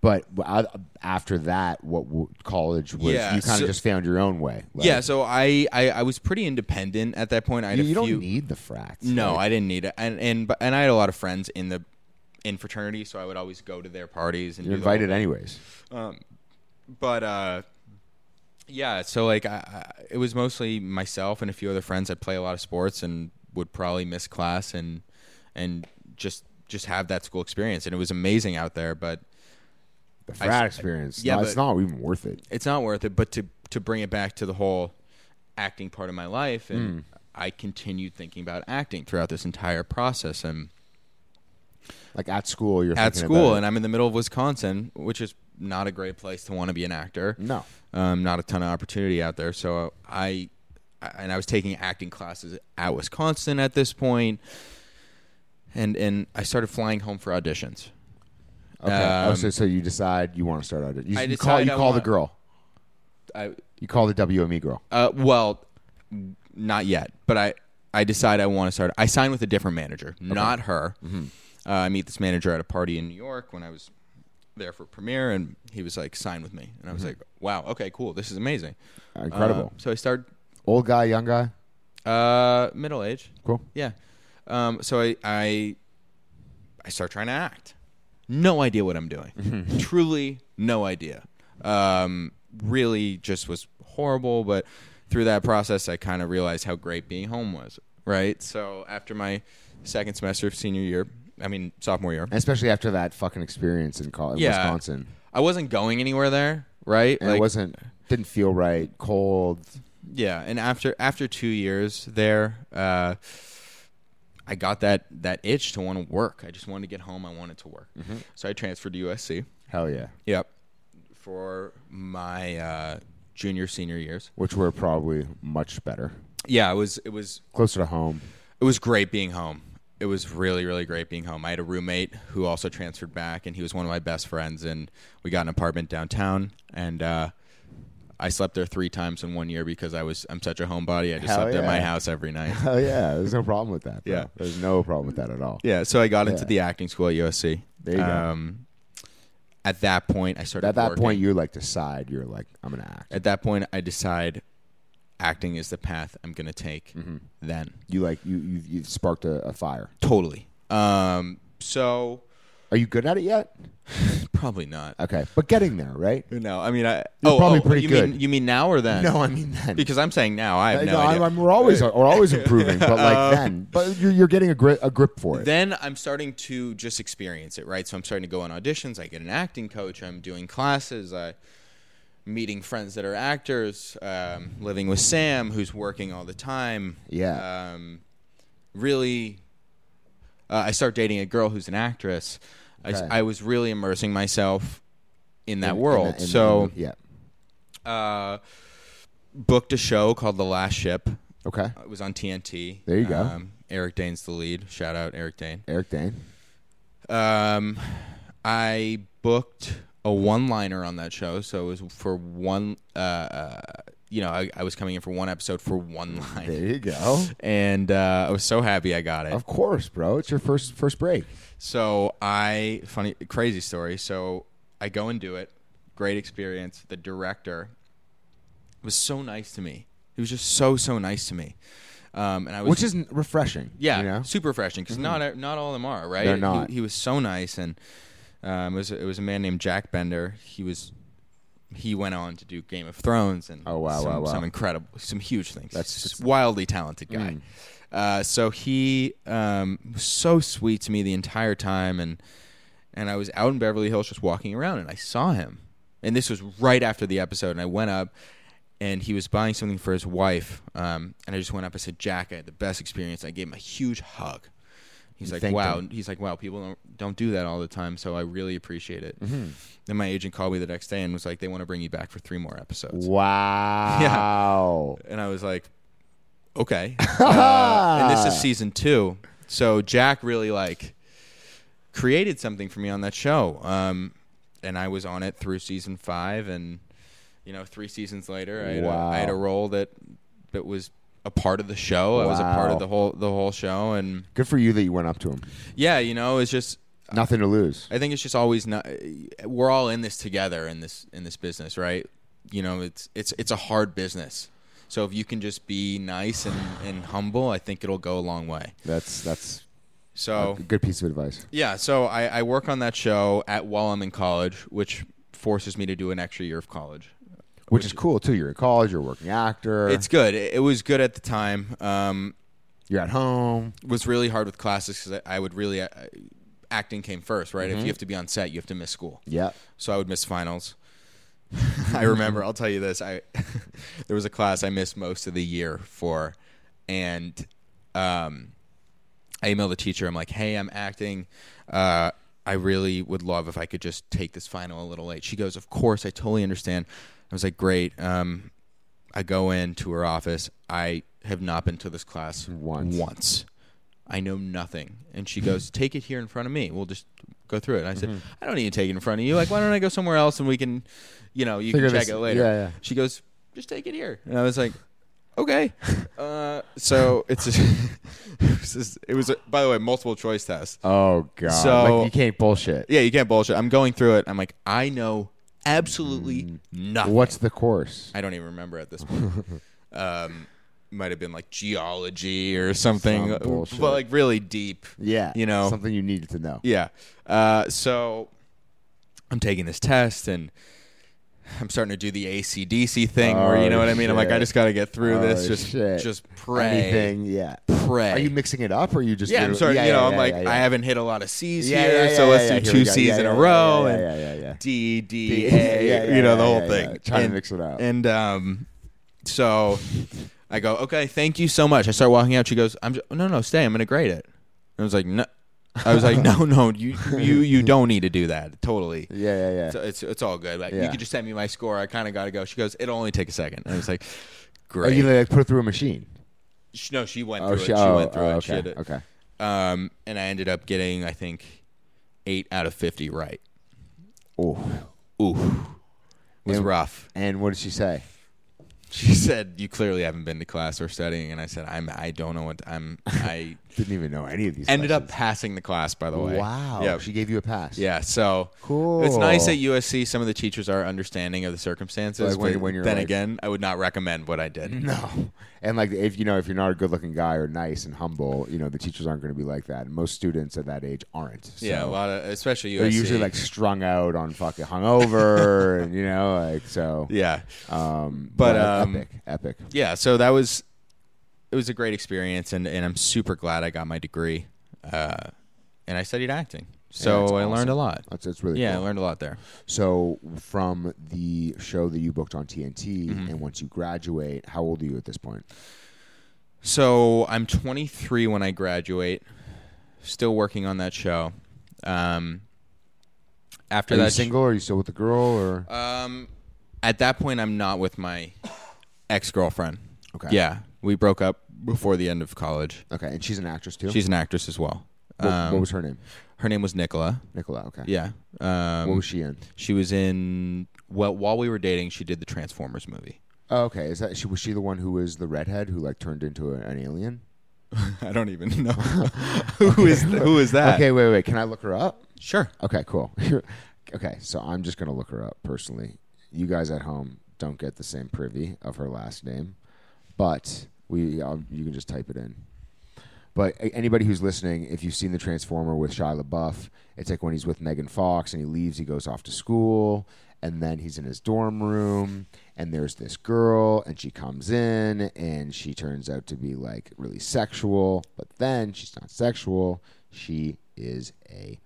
S1: But I, after that, what w- college was?
S5: Yeah,
S1: you kind of
S5: so-
S1: just found your own way. Like,
S5: yeah. So I, I I was pretty independent at that point. I had
S1: you,
S5: a
S1: you
S5: few,
S1: don't need the frats.
S5: No,
S1: like,
S5: I didn't need it, and and but- and I had a lot of friends in the in fraternity, so I would always go to their parties and
S1: you're
S5: do the whole
S1: invited anyways.
S5: but uh yeah so like I, I, it was mostly myself and a few other friends that play a lot of sports and would probably miss class and and just just have that school experience and it was amazing out there but
S1: The
S5: I-
S1: frat experience,
S5: yeah,
S1: no, it's
S5: but-
S1: not even worth it.
S5: it's not worth it but to to bring it back to the whole acting part of my life and i continued thinking about acting throughout this entire process and
S1: Like at school, you're
S5: at
S1: thinking
S5: school,
S1: about
S5: and I'm in the middle of Wisconsin, which is not a great place to want to be an actor.
S1: it. no,
S5: um, not a ton of opportunity out there. So I, I, and I was taking acting classes at Wisconsin at this point, and and I started flying home for auditions.
S1: okay.
S5: Um,
S1: oh, so, so you decide you want to start out. You,
S5: I
S1: you call
S5: decide
S1: you
S5: I
S1: call the
S5: want-
S1: girl.
S5: I,
S1: You call the WME girl.
S5: uh, well, not yet, but I I decide I want to start. I sign with a different manager, not her.
S1: Mm-hmm.
S5: Uh, I meet this manager at a party in New York when I was there for premiere, and he was like, "Sign with me," and I was
S1: Mm-hmm.
S5: like, "Wow, okay, cool, this is amazing,
S1: Incredible.
S5: Uh, so I started
S1: Old guy, young guy.
S5: uh, middle age.
S1: Cool.
S5: Yeah. Um, so I, I I start trying to act. No idea what I'm doing. Truly, no idea. Um, really, just was horrible. But through that process, I kind of realized how great being home was. Right. So after my second semester of senior year, I mean sophomore year,
S1: And especially after that fucking experience in, college,
S5: Yeah.
S1: Wisconsin,
S5: I wasn't going anywhere there. Right.
S1: and it wasn't didn't feel right. Cold.
S5: yeah and after after two years there uh i got that that itch to want to work i just wanted to get home i wanted to work
S1: Mm-hmm.
S5: so i transferred to usc
S1: Hell yeah.
S5: yep for my uh junior senior years
S1: Which were probably much better,
S5: yeah it was it was
S1: closer to home.
S5: it was great being home it was really really great being home i had a roommate who also transferred back and he was one of my best friends and we got an apartment downtown and uh I slept there three times in one year because I was I'm such a homebody. I just
S1: Hell
S5: slept at my
S1: yeah.
S5: house every night.
S1: Hell yeah. There's no problem with that. bro.
S5: Yeah.
S1: There's no problem with that at all.
S5: Yeah, so I got into
S1: Yeah.
S5: the acting school at USC.
S1: There you go.
S5: um, At that point, I started.
S1: At that
S5: working.
S1: point, you like decide you're like, I'm gonna act.
S5: At that point, I decide acting is the path I'm going to take.
S1: Mm-hmm.
S5: Then
S1: you like you you you sparked a, a fire.
S5: totally. Um, so
S1: Are you good at it yet?
S5: probably not.
S1: Okay, but getting there, right?
S5: No, I mean, I
S1: You're
S5: oh,
S1: probably
S5: oh,
S1: pretty
S5: you
S1: good.
S5: Mean, you mean now or then?
S1: No, I mean then.
S5: because I'm saying now. I have no, idea.
S1: I'm, I'm- we're always we're always improving, but like then, but you're, you're getting a grip a grip for it.
S5: then I'm starting to just experience it, right? So I'm starting to go on auditions. I get an acting coach. I'm doing classes. I meeting friends that are actors. Um, living with Sam, who's working all the time.
S1: Yeah.
S5: Um, really, uh, I start dating a girl who's an actress. I s
S1: Okay.
S5: I I, was really immersing myself in that
S1: In- in
S5: world.
S1: that- in that-
S5: so
S1: yeah,
S5: uh, booked a show called The Last Ship.
S1: okay.
S5: It was on TNT.
S1: There you go.
S5: Um, Eric Dane's the lead. Shout out Eric Dane.
S1: Eric Dane.
S5: Um, I booked a one-liner on that show, so it was for one. Uh, uh, you know, I, I was coming in for one episode for one line,
S1: There you Oh. go.
S5: and uh, I was so happy I got it.
S1: Of course, bro. It's your first first break.
S5: So I funny crazy story. So I go and do it. Great experience. The director was so nice to me. He was just so so nice to me. Um, and I was
S1: which is refreshing.
S5: Yeah,
S1: you know? Mm-hmm.
S5: super refreshing because not e, not all of them are right.
S1: They're not.
S5: He, he was so nice, and um, it was it was a man named Jack Bender. He was he went on to do Game of Thrones and
S1: Oh, wow,
S5: some,
S1: wow, wow.
S5: some incredible some huge things.
S1: That's- Mm.
S5: That's just wildly talented guy. Uh, so he um, was so sweet to me the entire time, and and I was out in Beverly Hills just walking around, and I saw him, and this was right after the episode, and I went up. And he was buying something for his wife, um, and I just went up. I said, "Jack, I had the best experience." I gave him a huge hug. He's like,
S1: thanked
S5: "Wow!"
S1: him.
S5: He's like, "Wow, people don't don't do that all the time, so I really appreciate it."
S1: Mm-hmm.
S5: Then my agent called me the next day and was like, "They want to bring you back for three more episodes."
S1: Wow.
S5: And I was like, "Okay." Uh, and this is season two, so Jack really like created something for me on that show, um, and I was on it through season five, and you know, three seasons later, I had,
S1: Wow.
S5: a, I had a role that that was a part of the show. I was a part
S1: Wow.
S5: of the whole the whole show, and
S1: Good for you that you went up to him.
S5: yeah, you know, it's just
S1: Nothing to lose.
S5: I think it's just always not. We're all in this together in this in this business, right? You know, it's it's it's a hard business. So if you can just be nice and, and humble, I think it'll go a long way.
S1: That's that's
S5: So
S1: a good piece of advice.
S5: yeah, so I, I work on that show at while I'm in college, which forces me to do an extra year of college.
S1: Which, is cool too. You're in college. You're a working actor.
S5: It's good. It, it was good at the time. Um,
S1: you're at home.
S5: was really hard with classes because I, I would really uh, acting came first, right? If you have to be on set, you have to miss school.
S1: Yeah.
S5: so I would miss finals. I remember, I'll tell you this. I there was a class I missed most of the year for and um I emailed the teacher. I'm like, hey, I'm acting. Uh, I really would love if I could just take this final a little late. She goes, of course, I totally understand. I was like, great. Um, I go into her office. I have not been to this class
S6: Once.
S5: Once. I know nothing. And she goes, take it here in front of me. We'll just go through it. And I said,
S6: Mm-hmm.
S5: I don't need to take it in front of you. Like, why don't I go somewhere else and we can, you know, you
S6: Figure
S5: can check
S6: this-
S5: it later.
S6: yeah, yeah.
S5: She goes, just take it here. And I was like, okay. Uh, so it's just, it was, just- it was a, by the way, multiple choice test.
S1: Oh god.
S5: So-
S1: like, you can't bullshit.
S5: Yeah, you can't bullshit. I'm going through it. I'm like, I know
S6: Mm.
S5: absolutely nothing.
S1: What's the course?
S5: I don't even remember at this point. um, might have been like geology or something,
S1: Some bullshit.
S5: but like really deep.
S1: Yeah.
S5: you know,
S1: something you needed to know.
S5: yeah. Uh, so I'm taking this test and I'm starting to do the ACDC thing where
S1: Oh,
S5: you know what I mean. I'm like, I
S1: shit.
S5: just got to get through this.
S1: Oh,
S5: Just,
S1: shit.
S5: just pray,
S1: Anything, yeah.
S5: pray.
S1: Are you mixing it up or are you just
S5: yeah,
S1: doing-
S5: I'm sorry. you know, I'm like,
S1: yeah, yeah.
S5: I haven't hit a lot of C's
S1: Yeah,
S5: here,
S1: yeah, yeah,
S5: so let's
S1: yeah,
S5: do
S1: here
S5: two
S1: we go.
S5: C's
S1: Yeah,
S5: in
S1: yeah,
S5: a
S1: yeah,
S5: row
S1: yeah,
S5: and
S1: yeah, yeah, yeah.
S5: D D
S1: Yeah, yeah,
S5: A.
S1: yeah,
S5: You know
S1: yeah,
S5: the whole
S1: yeah,
S5: thing.
S1: yeah. Trying to
S5: And-
S1: mix it up.
S5: And um, so I go, okay, thank you so much. I start walking out. She goes, I'm j- no, no, stay. I'm gonna grade it. And I was like, no. I was like, no, no, you, you, you don't need to do that. Totally.
S1: Yeah, yeah, yeah.
S5: So it's it's all good. Like
S1: Yeah.
S5: you could just send me my score. I kind of got to go. She goes, it'll only take a second. And I was like,
S1: Are
S5: great.
S1: Oh, you like put it through a machine?
S5: She- no, she went
S1: Oh,
S5: through
S1: she,
S5: it. She
S1: oh,
S5: went through
S1: oh,
S5: it. She
S1: Okay.
S5: did it.
S1: okay.
S5: Um, and I ended up getting, I think, eight out of fifty right.
S1: Oh.
S5: Ooh, was
S1: And-
S5: rough.
S1: And what did she say?
S5: She said, "You clearly haven't been to class or studying." And I said, "I'm. I don't know what I'm. I
S1: Didn't even know any of these.
S5: ended up
S1: lessons.
S5: passing the class. By the way,
S1: Wow.
S5: Yeah,
S1: She gave you a pass.
S5: yeah. So
S1: Cool.
S5: It's nice at USC. Some of the teachers are understanding of the circumstances.
S1: Like when-
S5: but
S1: when you're
S5: then
S1: like-
S5: again, I would not recommend what I did.
S1: No. And like if you know if you're not a good-looking guy or nice and humble, you know the teachers aren't going to be like that. And most students at that age aren't. So
S5: Yeah, a lot of especially USC.
S1: They're usually like strung out on fucking hungover, and you know, like so.
S5: yeah,
S1: Um,
S5: But, um,
S1: epic, epic.
S5: yeah. So that was it was a great experience, and and I'm super glad I got my degree. Uh, and I studied acting, so
S1: that's
S5: I learned a
S1: awesome.
S5: lot.
S1: That's, that's really
S5: Yeah, I
S1: cool.
S5: learned a lot there.
S1: So from the show that you booked on TNT,
S5: Mm-hmm.
S1: and once you graduate, how old are you at this point?
S5: So I'm 23 when I graduate. Still working on that show. Um, after
S1: Are you
S5: that, sh-
S1: single? are you still with the girl? Or
S5: um, at that point, I'm not with my ex girlfriend.
S1: Okay.
S5: Yeah, we broke up before the end of college.
S1: okay, and she's an actress too.
S5: She's an actress as well.
S1: what,
S5: um,
S1: what was her name?
S5: her name was Nicola.
S1: Nicola. Okay.
S5: Yeah.
S1: What
S5: Um,
S1: was she in?
S5: she was in. Well, while we were dating, she did the Transformers movie.
S1: Oh, okay. Is that she? Was she the one who was the redhead who like turned into a, an alien?
S5: I don't even know who is who is that.
S1: Okay. Wait. Wait. Can I look her up?
S5: Sure.
S1: Okay, cool. okay, so I'm just gonna look her up personally. You guys at home don't get the same privy of her last name, but we i you can just type it in. But a- anybody who's listening, if you've seen the Transformer with Shia LaBeouf, it's like when he's with Megan Fox and he leaves, he goes off to school, and then he's in his dorm room, and there's this girl, and she comes in, and she turns out to be like really sexual, but then she's not sexual. She is a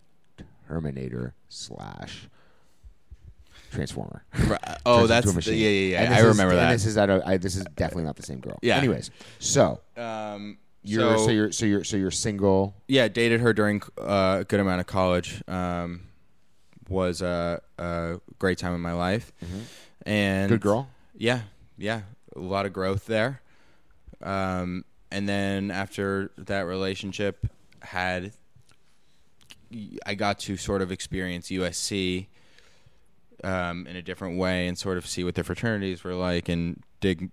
S1: Terminator slash Transformer.
S5: Oh,
S1: Turns into
S5: that's
S1: a
S5: the,
S1: machine.
S5: yeah, yeah,
S1: And
S5: yeah. I
S1: this is-
S5: remember
S1: and
S5: that.
S1: This is I don't- I- this is definitely not the same girl.
S5: Yeah.
S1: Anyways, so
S5: Um,
S1: you're so,
S5: so-
S1: you're so you're so you're single.
S5: yeah, dated her during uh, a good amount of college. Um, was a, a great time in my life, and
S1: Mm-hmm. Good girl.
S5: Yeah, yeah, a lot of growth there. Um, and then after that relationship, had I got to sort of experience USC um, in a different way and sort of see what the fraternities were like and dig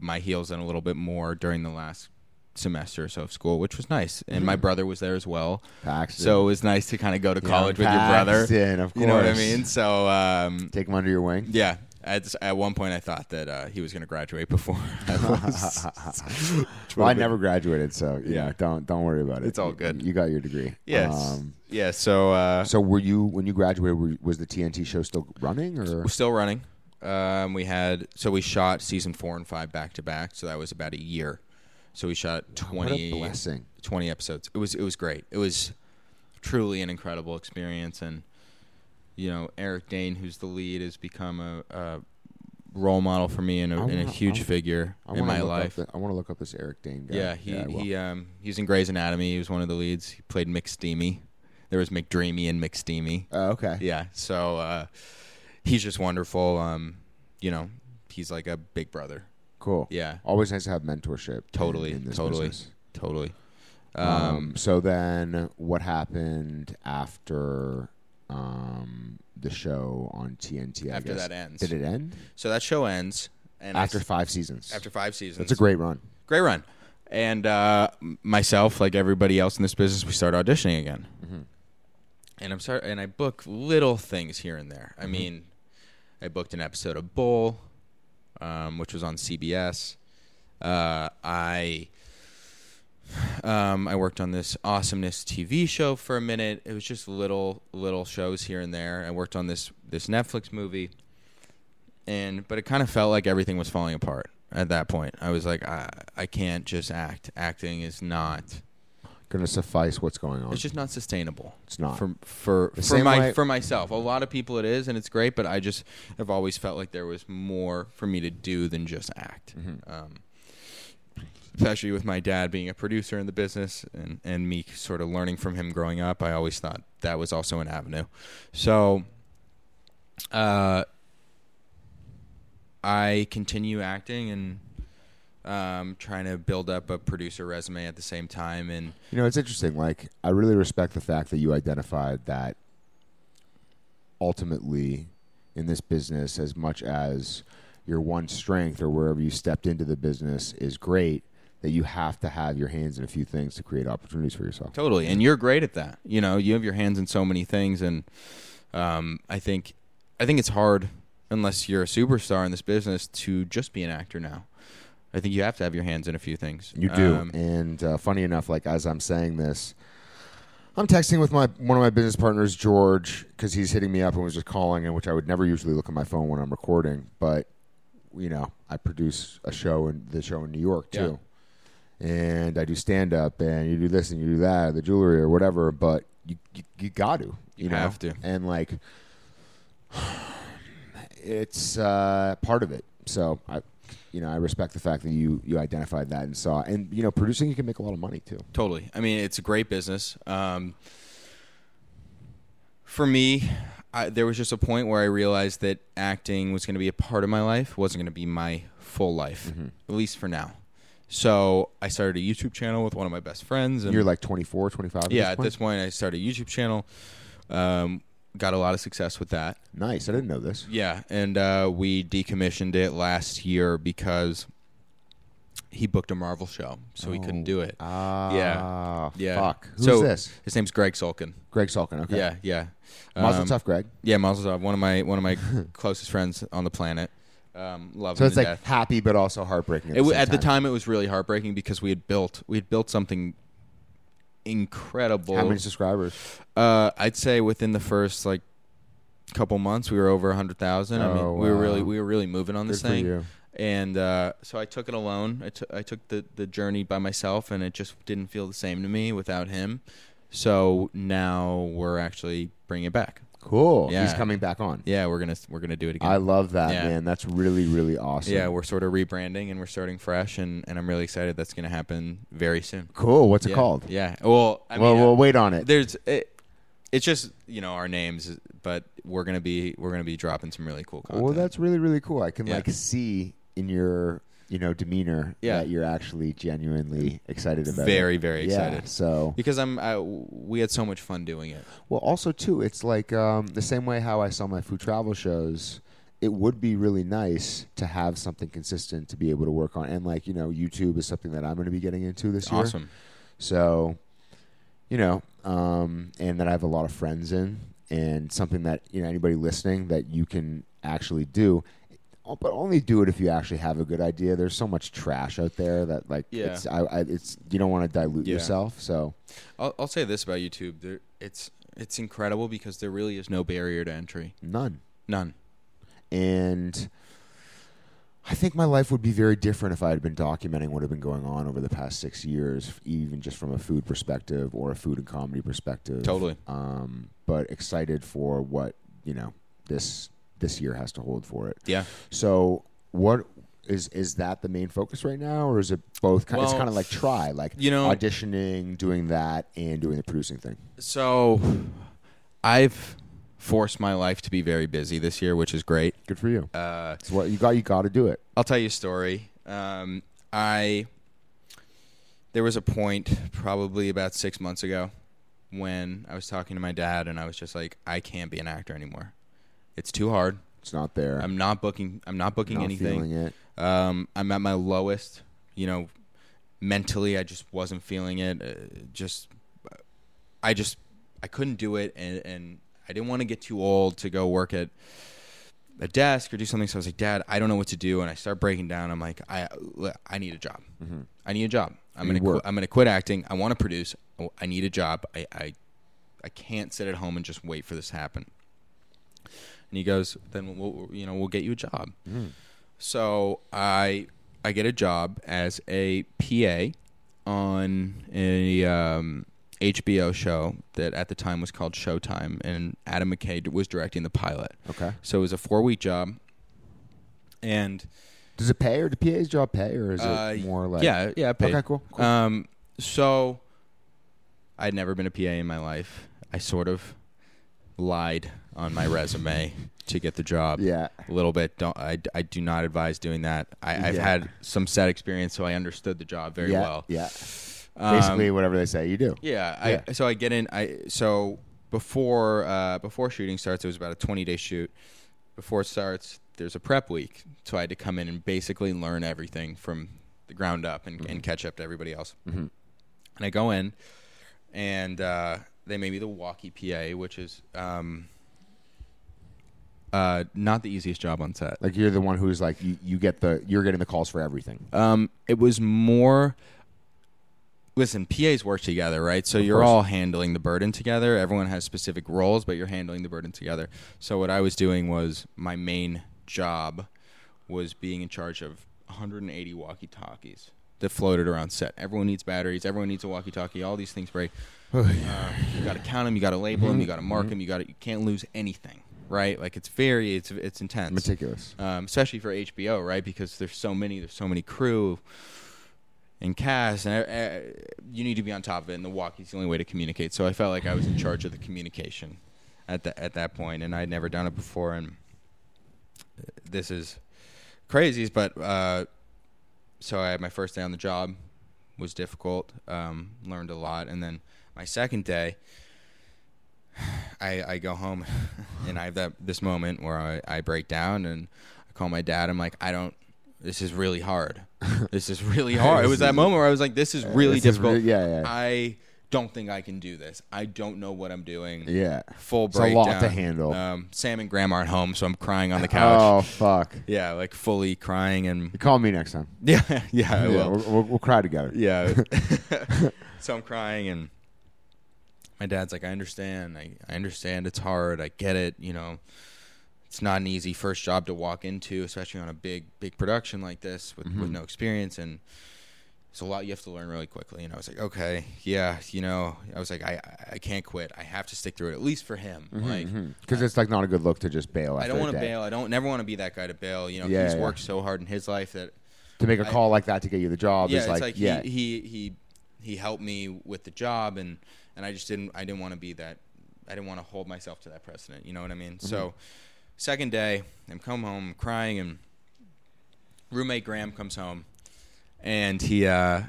S5: my heels in a little bit more during the last semester or so of school, which was nice. And my brother was there as well.
S1: Mm-hmm. Paxton.
S5: So it was nice to kind of go to college with your brother.
S1: Paxton, of
S5: You know what I
S1: course.
S5: mean? So, um,
S1: Take him under your wing.
S5: yeah. At, at one point, I thought that uh, he was going to graduate before I was.
S1: Well, I never graduated, so yeah.
S5: Yeah.
S1: don't don't worry about it.
S5: It's all
S1: You-
S5: good.
S1: You, got your degree.
S5: yes.
S1: Um,
S5: yeah. So, uh,
S1: so were you when you graduated? Were, was the TNT show still running, or
S5: we're still running. Um, we had so we shot season four and five back to back. So that was about a year. So we shot
S1: what
S5: twenty.
S1: a blessing!
S5: 20 episodes. It was it was great. It was truly an incredible experience and you know, Eric Dane who's the lead has become a, a role model for me and a, and
S1: wanna-
S5: a huge
S1: I-
S5: figure
S1: I
S5: in
S1: wanna
S5: my
S1: look up
S5: life.
S1: the- I want to look up this Eric Dane guy.
S5: Yeah, he
S1: I will.
S5: he um he's in Grey's Anatomy. He was one of the leads. He played McSteamy. There was McDreamy and McSteamy.
S1: Oh, okay.
S5: Yeah, so uh, he's just wonderful. Um, you know, he's like a big brother.
S1: Cool.
S5: Yeah,
S1: Always nice to have mentorship. in-
S5: totally,
S1: in this
S5: totally,
S1: business.
S5: totally.
S1: Um,
S5: Um,
S1: so then, what happened after um, the show on TNT? I
S5: After
S1: guess?
S5: that ends.
S1: did it end
S5: so that show ends, and I
S1: after
S5: s-
S1: five seasons?
S5: after five seasons,
S1: that's a great run.
S5: great run. And uh, m- myself, like everybody else in this business, we start auditioning again. Mm-hmm. And I'm sorry, and I book little things here and there. I mean, I booked an episode of Bull, um, which was on CBS. Uh, I um, I worked on this awesomeness TV show for a minute. It was just little little shows here and there. I worked on this this Netflix movie and but it kind of felt like everything was falling apart at that point. I was like, I I can't just act. Acting is not.
S1: Gonna suffice what's going on.
S5: It's just not sustainable.
S1: It's not.
S5: for for for
S1: same
S5: my
S1: way-
S5: for myself. A lot of people it is, and it's great. But I just have always felt like there was more for me to do than just act.
S1: Mm-hmm.
S5: Um, especially with my dad being a producer in the business and and me sort of learning from him growing up, I always thought that was also an avenue. So. Uh, I continue acting and um, trying to build up a producer resume at the same time. And
S1: You know, it's interesting. Like, I really respect the fact that you identified that ultimately in this business, as much as your one strength or wherever you stepped into the business is great, that you have to have your hands in a few things to create opportunities for yourself.
S5: Totally, and you're great at that. You know, you have your hands in so many things, and um, I think, I think it's hard unless you're a superstar in this business to just be an actor now. I think you have to have your hands in a few things.
S1: You do.
S5: Um,
S1: and uh, funny enough, like as I'm saying this, I'm texting with my one of my business partners, George, because he's hitting me up and was just calling, and which I would never usually look at my phone when I'm recording. But you know, I produce a show and the show in New York too, and I do stand up, and you do this and you do that, the jewelry or whatever. But you you, you got to, you, know?
S5: have to.
S1: and like it's uh, part of it. So I, you know, I respect the fact that you you identified that and saw, and you know, producing you can make a lot of money too.
S5: totally. I mean, it's a great business. Um, for me, I, there was just a point where I realized that acting was going to be a part of my life, wasn't going to be my full life,
S1: Mm-hmm.
S5: at least for now. So I started a YouTube channel with one of my best friends, and
S1: You're like 24, 25.
S5: yeah,
S1: at
S5: at this point, I started a YouTube channel. Um, got a lot of success with that.
S1: nice. I didn't know this.
S5: Yeah, and uh, we decommissioned it last year because he booked a Marvel show, so he couldn't do it.
S1: Ah,
S5: yeah.
S1: Oh, Fuck. Who's
S5: so
S1: this?
S5: His name's Greg Sulkin.
S1: Greg Salkin. Okay.
S5: Yeah, yeah.
S1: Mazel
S5: Um,
S1: tough, Greg.
S5: Yeah, Mazel Tov. One of my one of my closest friends on the planet. Um, love
S1: So
S5: him
S1: it's
S5: to
S1: like
S5: death.
S1: happy but also heartbreaking. At,
S5: It,
S1: the,
S5: wa-
S1: same
S5: at the time, it was really heartbreaking because we had built we had built something incredible.
S1: how many subscribers?
S5: Uh, I'd say within the first like couple months, we were over a hundred thousand. I mean,
S1: Oh,
S5: we were
S1: wow.
S5: really we were really moving on this
S1: Good for
S5: thing.
S1: you.
S5: And uh, so I took it alone. I took I took the the journey by myself, and it just didn't feel the same to me without him. So now we're actually bringing it back.
S1: Cool.
S5: Yeah.
S1: He's coming back on.
S5: Yeah, we're gonna we're gonna do it again.
S1: I love that
S5: Yeah.
S1: man. That's really really awesome.
S5: yeah, we're sort of rebranding and we're starting fresh, and, and I'm really excited. That's gonna happen very soon.
S1: Cool. What's
S5: Yeah.
S1: it called?
S5: Yeah. Well, I
S1: well,
S5: mean, uh,
S1: we'll wait on it.
S5: there's it, it's just you know our names but we're gonna be we're gonna be dropping some really cool content
S1: Well, that's really really cool. I can
S5: Yeah.
S1: like see in your you know demeanor
S5: Yeah.
S1: that you're actually genuinely excited about.
S5: Very,
S1: it.
S5: very
S1: Yeah,
S5: excited.
S1: So
S5: because i'm I, we had so much fun doing it
S1: well, also too, it's like um, the same way how I sell my food travel shows. It would be really nice to have something consistent to be able to work on, and like you know, YouTube is something that I'm going to be getting into this year.
S5: awesome
S1: So, you know, um, and that I have a lot of friends in, and something that you know anybody listening that you can actually do, but only do it if you actually have a good idea. There's so much trash out there that like
S5: Yeah.
S1: it's I, I it's you don't want to dilute
S5: Yeah.
S1: yourself. So
S5: I'll, I'll say this about youtube there it's it's incredible because there really is no barrier to entry
S1: none.
S5: none
S1: and I think my life would be very different if I had been documenting what had been going on over the past six years, even just from a food perspective or a food and comedy perspective.
S5: Totally.
S1: Um, but excited for what you know this
S7: this year has to hold for it.
S5: Yeah.
S7: So what is is that the main focus right now, or is it both? Kind, it's
S5: Well,
S7: kind of like try, like
S5: you know-
S7: auditioning, doing that, and doing the producing thing.
S5: So I've forced my life to be very busy this year, which is great.
S7: Good for you. Uh, it's what you got. You got to do it.
S5: I'll tell you a story. Um, I there was a point probably about six months ago when I was talking to my dad, and I was just like, I can't be an actor anymore. It's too hard.
S7: It's not there.
S5: I'm not booking. I'm not booking
S7: not feeling
S5: anything.
S7: it.
S5: Um, I'm at my lowest. You know, mentally, I just wasn't feeling it. Uh, just, I just, I couldn't do it, and and I didn't want to get too old to go work at a desk or do something. So I was like, Dad, I don't know what to do, and I start breaking down. I'm like, I, I need a job. I need a job. I'm gonna,
S7: work.
S5: qu- I'm gonna quit acting. I want to produce. I- I need a job. I, I, I can't sit at home and just wait for this to happen. And he goes, then we'll, you know, we'll get you a job.
S7: Mm.
S5: So I, I get a job as a PA on a um, HBO show that at the time was called Showtime, and Adam McKay was directing the pilot.
S7: Okay.
S5: So it was a four week job. And
S7: Does it pay, or the PA's job pay, or is
S5: uh,
S7: it more like
S5: yeah, yeah, it paid.
S7: Okay, cool, cool.
S5: Um, so I'd never been a PA in my life. I sort of lied on my resume to get the job.
S7: Yeah.
S5: a little bit. Don't I? I do not advise doing that. I, I've
S7: Yeah.
S5: had some set experience, so I understood the job very
S7: yeah,
S5: well. Um,
S7: Yeah. Basically, whatever they say, you do.
S5: Yeah, I,
S7: Yeah.
S5: so I get in. I so before uh, before shooting starts, it was about a twenty day shoot. Before it starts, there's a prep week, so I had to come in and basically learn everything from the ground up and,
S7: Mm-hmm.
S5: and catch up to everybody else. And I go in, and uh, they made me the walkie PA, which is um, uh, not the easiest job on set.
S7: Like you're the one who's like you, you get the you're getting the calls for everything.
S5: Um, it was more. Listen, PAs work together, right? So you're
S7: course.
S5: all handling the burden together. Everyone has specific roles, but you're handling the burden together. So what I was doing was my main job was being in charge of 180 walkie-talkies that floated around set. Everyone needs batteries. Everyone needs a walkie-talkie. All these things break. Uh, you got to count them. You got to label them. You got to mark them. You got to. You can't lose anything, right? Like it's very. It's it's intense
S7: Meticulous.
S5: um, especially for HBO, right? Because there's so many, there's so many crew and cast, and uh, you need to be on top of it. And the walkie's the only way to communicate. So I felt like I was in charge of the communication at the, at that point, and I'd never done it before. And uh, this is crazy, but uh, so I had my first day on the job was difficult, um, learned a lot, and then my second day. I, I go home and I have that this moment where I, I break down and I call my dad. I'm like, I don't. This is really hard. This is really hard. It was that moment where I was like, this is really
S7: this is
S5: difficult.
S7: really- yeah, yeah.
S5: I don't think I can do this. I don't know what I'm doing.
S7: Yeah.
S5: Full
S7: It's a
S5: breakdown.
S7: lot to handle.
S5: Um, Sam and Grandma aren't home, so I'm crying on the couch.
S7: Oh fuck!
S5: Yeah, like fully crying and
S7: Call me next time.
S5: yeah, yeah, I
S7: Yeah,
S5: will.
S7: we'll, we'll, we'll cry together.
S5: Yeah. so I'm crying and my dad's like, I understand. I, I understand it's hard. I get it. You know, it's not an easy first job to walk into, especially on a big, big production like this with,
S7: Mm-hmm.
S5: with no experience. And it's a lot you have to learn really quickly. And I was like, okay, yeah, you know, I was like, I, I can't quit. I have to stick through it, at least for him.
S7: Mm-hmm,
S5: like,
S7: Because it's like not a good look to just bail. After
S5: I don't
S7: want to
S5: bail. I don't never want to be that guy to bail. You know,
S7: Yeah,
S5: he's
S7: yeah.
S5: worked so hard in his life that
S7: To make a call like that to get you the job
S5: yeah,
S7: is
S5: it's
S7: like,
S5: like,
S7: yeah,
S5: he, he he he helped me with the job, and and I just didn't I didn't want to be that I didn't want to hold myself to that precedent. You know what I mean?
S7: Mm-hmm.
S5: So, second day, I'm come home I'm crying, and roommate Graham comes home, and he uh,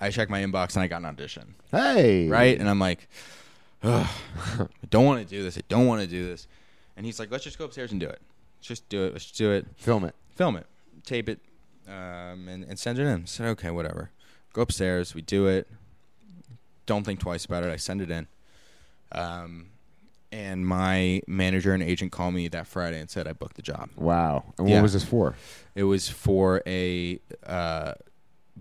S5: I check my inbox and I got an audition
S7: Mm-hmm. hey,
S5: right? And I'm like, Ugh, I don't want to do this. I don't want to do this. And he's like, let's just go upstairs and do it. Let's just do it. Let's just do it
S7: Film it.
S5: film it, tape it, um, and, and send it in. I said, okay, whatever. Go upstairs. We do it. Don't think twice about it. I send it in. Um, and my manager and agent called me that Friday and said I booked the job.
S7: Wow. And what
S5: Yeah.
S7: was this for?
S5: It was for a uh,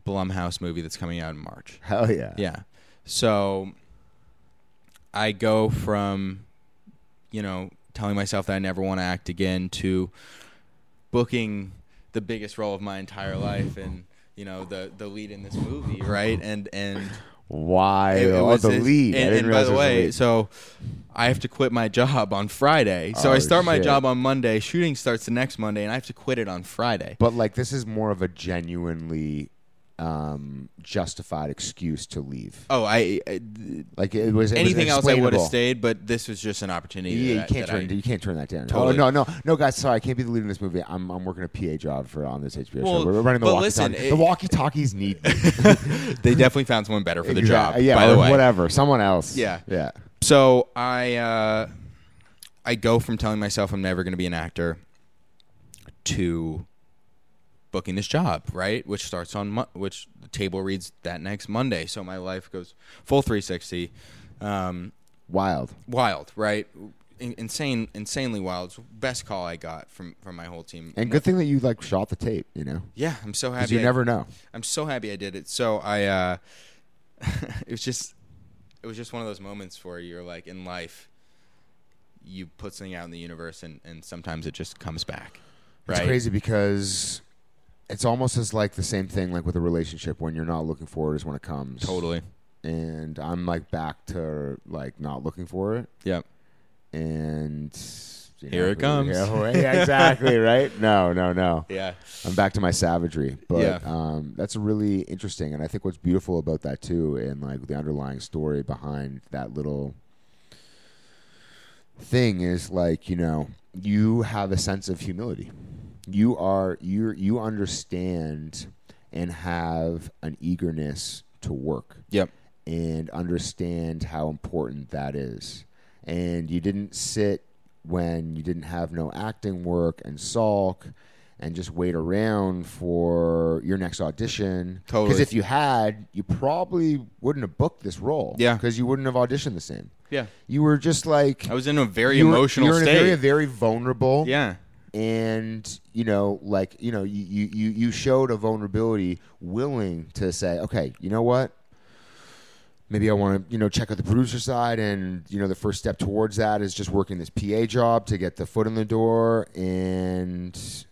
S5: Blumhouse movie that's coming out in March.
S7: Hell yeah.
S5: Yeah. So I go from, you know, telling myself that I never want to act again to booking the biggest role of my entire life and, you know, the the lead in this movie, right? And and
S1: Why?
S5: It- it
S1: oh,
S5: was
S1: the
S5: his-
S1: lead. I
S5: And,
S1: didn't
S5: and by
S1: realize
S5: the
S1: it was a
S5: way,
S1: lead.
S5: so I have to quit my job on Friday. So
S1: Oh,
S5: I start my
S1: shit.
S5: job on Monday. Shooting starts the next Monday, and I have to quit it on Friday.
S1: but like this is more of a genuinely um, justified excuse to leave.
S5: Oh, I, I th-
S1: Like it was it was
S5: anything else I would have
S1: explainable.
S5: stayed, but this was just an opportunity.
S1: Yeah,
S5: that,
S1: you can't
S5: that I-
S1: turn you can't turn that down.
S5: Totally.
S1: Oh no, no, no, guys, sorry, I can't be the lead in this movie. I'm I'm working a PA job for on this HBO
S5: Well,
S1: show. We're running the
S5: but
S1: walkie
S5: listen,
S1: talkies.
S5: it-
S1: The walkie talkies need me.
S5: they definitely found someone better for the job.
S1: Exactly. Yeah,
S5: by
S1: or
S5: the way,
S1: whatever. Someone else.
S5: Yeah.
S1: yeah.
S5: So I uh, I go from telling myself I'm never going to be an actor to booking this job, right? Which starts on Mo- which the table reads that next Monday. So my life goes full 360, um,
S1: Wild.
S5: wild, right? In- insane, insanely wild. It's the best call I got from from my whole team.
S1: And good thing that you like shot the tape. You know,
S5: yeah, I'm so
S1: because
S5: happy.
S1: you
S5: I-
S1: never know.
S5: I'm so happy I did it. So I, uh, it was just, it was just one of those moments where you're like in life, you put something out in the universe, and and sometimes it just comes back, right?
S1: It's crazy because it's almost as like the same thing like with a relationship when you're not looking for it is when it comes.
S5: Totally.
S1: And I'm like back to like not looking for it.
S5: Yeah.
S1: and you
S5: Here it comes.
S1: Yeah, yeah, exactly. Right? No, no, no.
S5: Yeah.
S1: I'm back to my savagery, but
S5: Yeah.
S1: um, that's really interesting. And I think what's beautiful about that too, and like the underlying story behind that little thing is like you know you have a sense of humility. You are you you understand and have an eagerness to work
S5: Yep.
S1: and understand how important that is. And you didn't sit when you didn't have no acting work and sulk and just wait around for your next audition.
S5: Totally.
S1: Because if you had, you probably wouldn't have booked this role.
S5: Yeah.
S1: Because you wouldn't have auditioned the same.
S5: Yeah.
S1: You were just like
S5: I was in a very
S1: you were-
S5: emotional
S1: you were in
S5: state.
S1: a very, very vulnerable
S5: yeah.
S1: and you know like you know you, you you you showed a vulnerability willing to say okay you know what maybe i want to you know check out the producer side and you know the first step towards that is just working this pa job to get the foot in the door and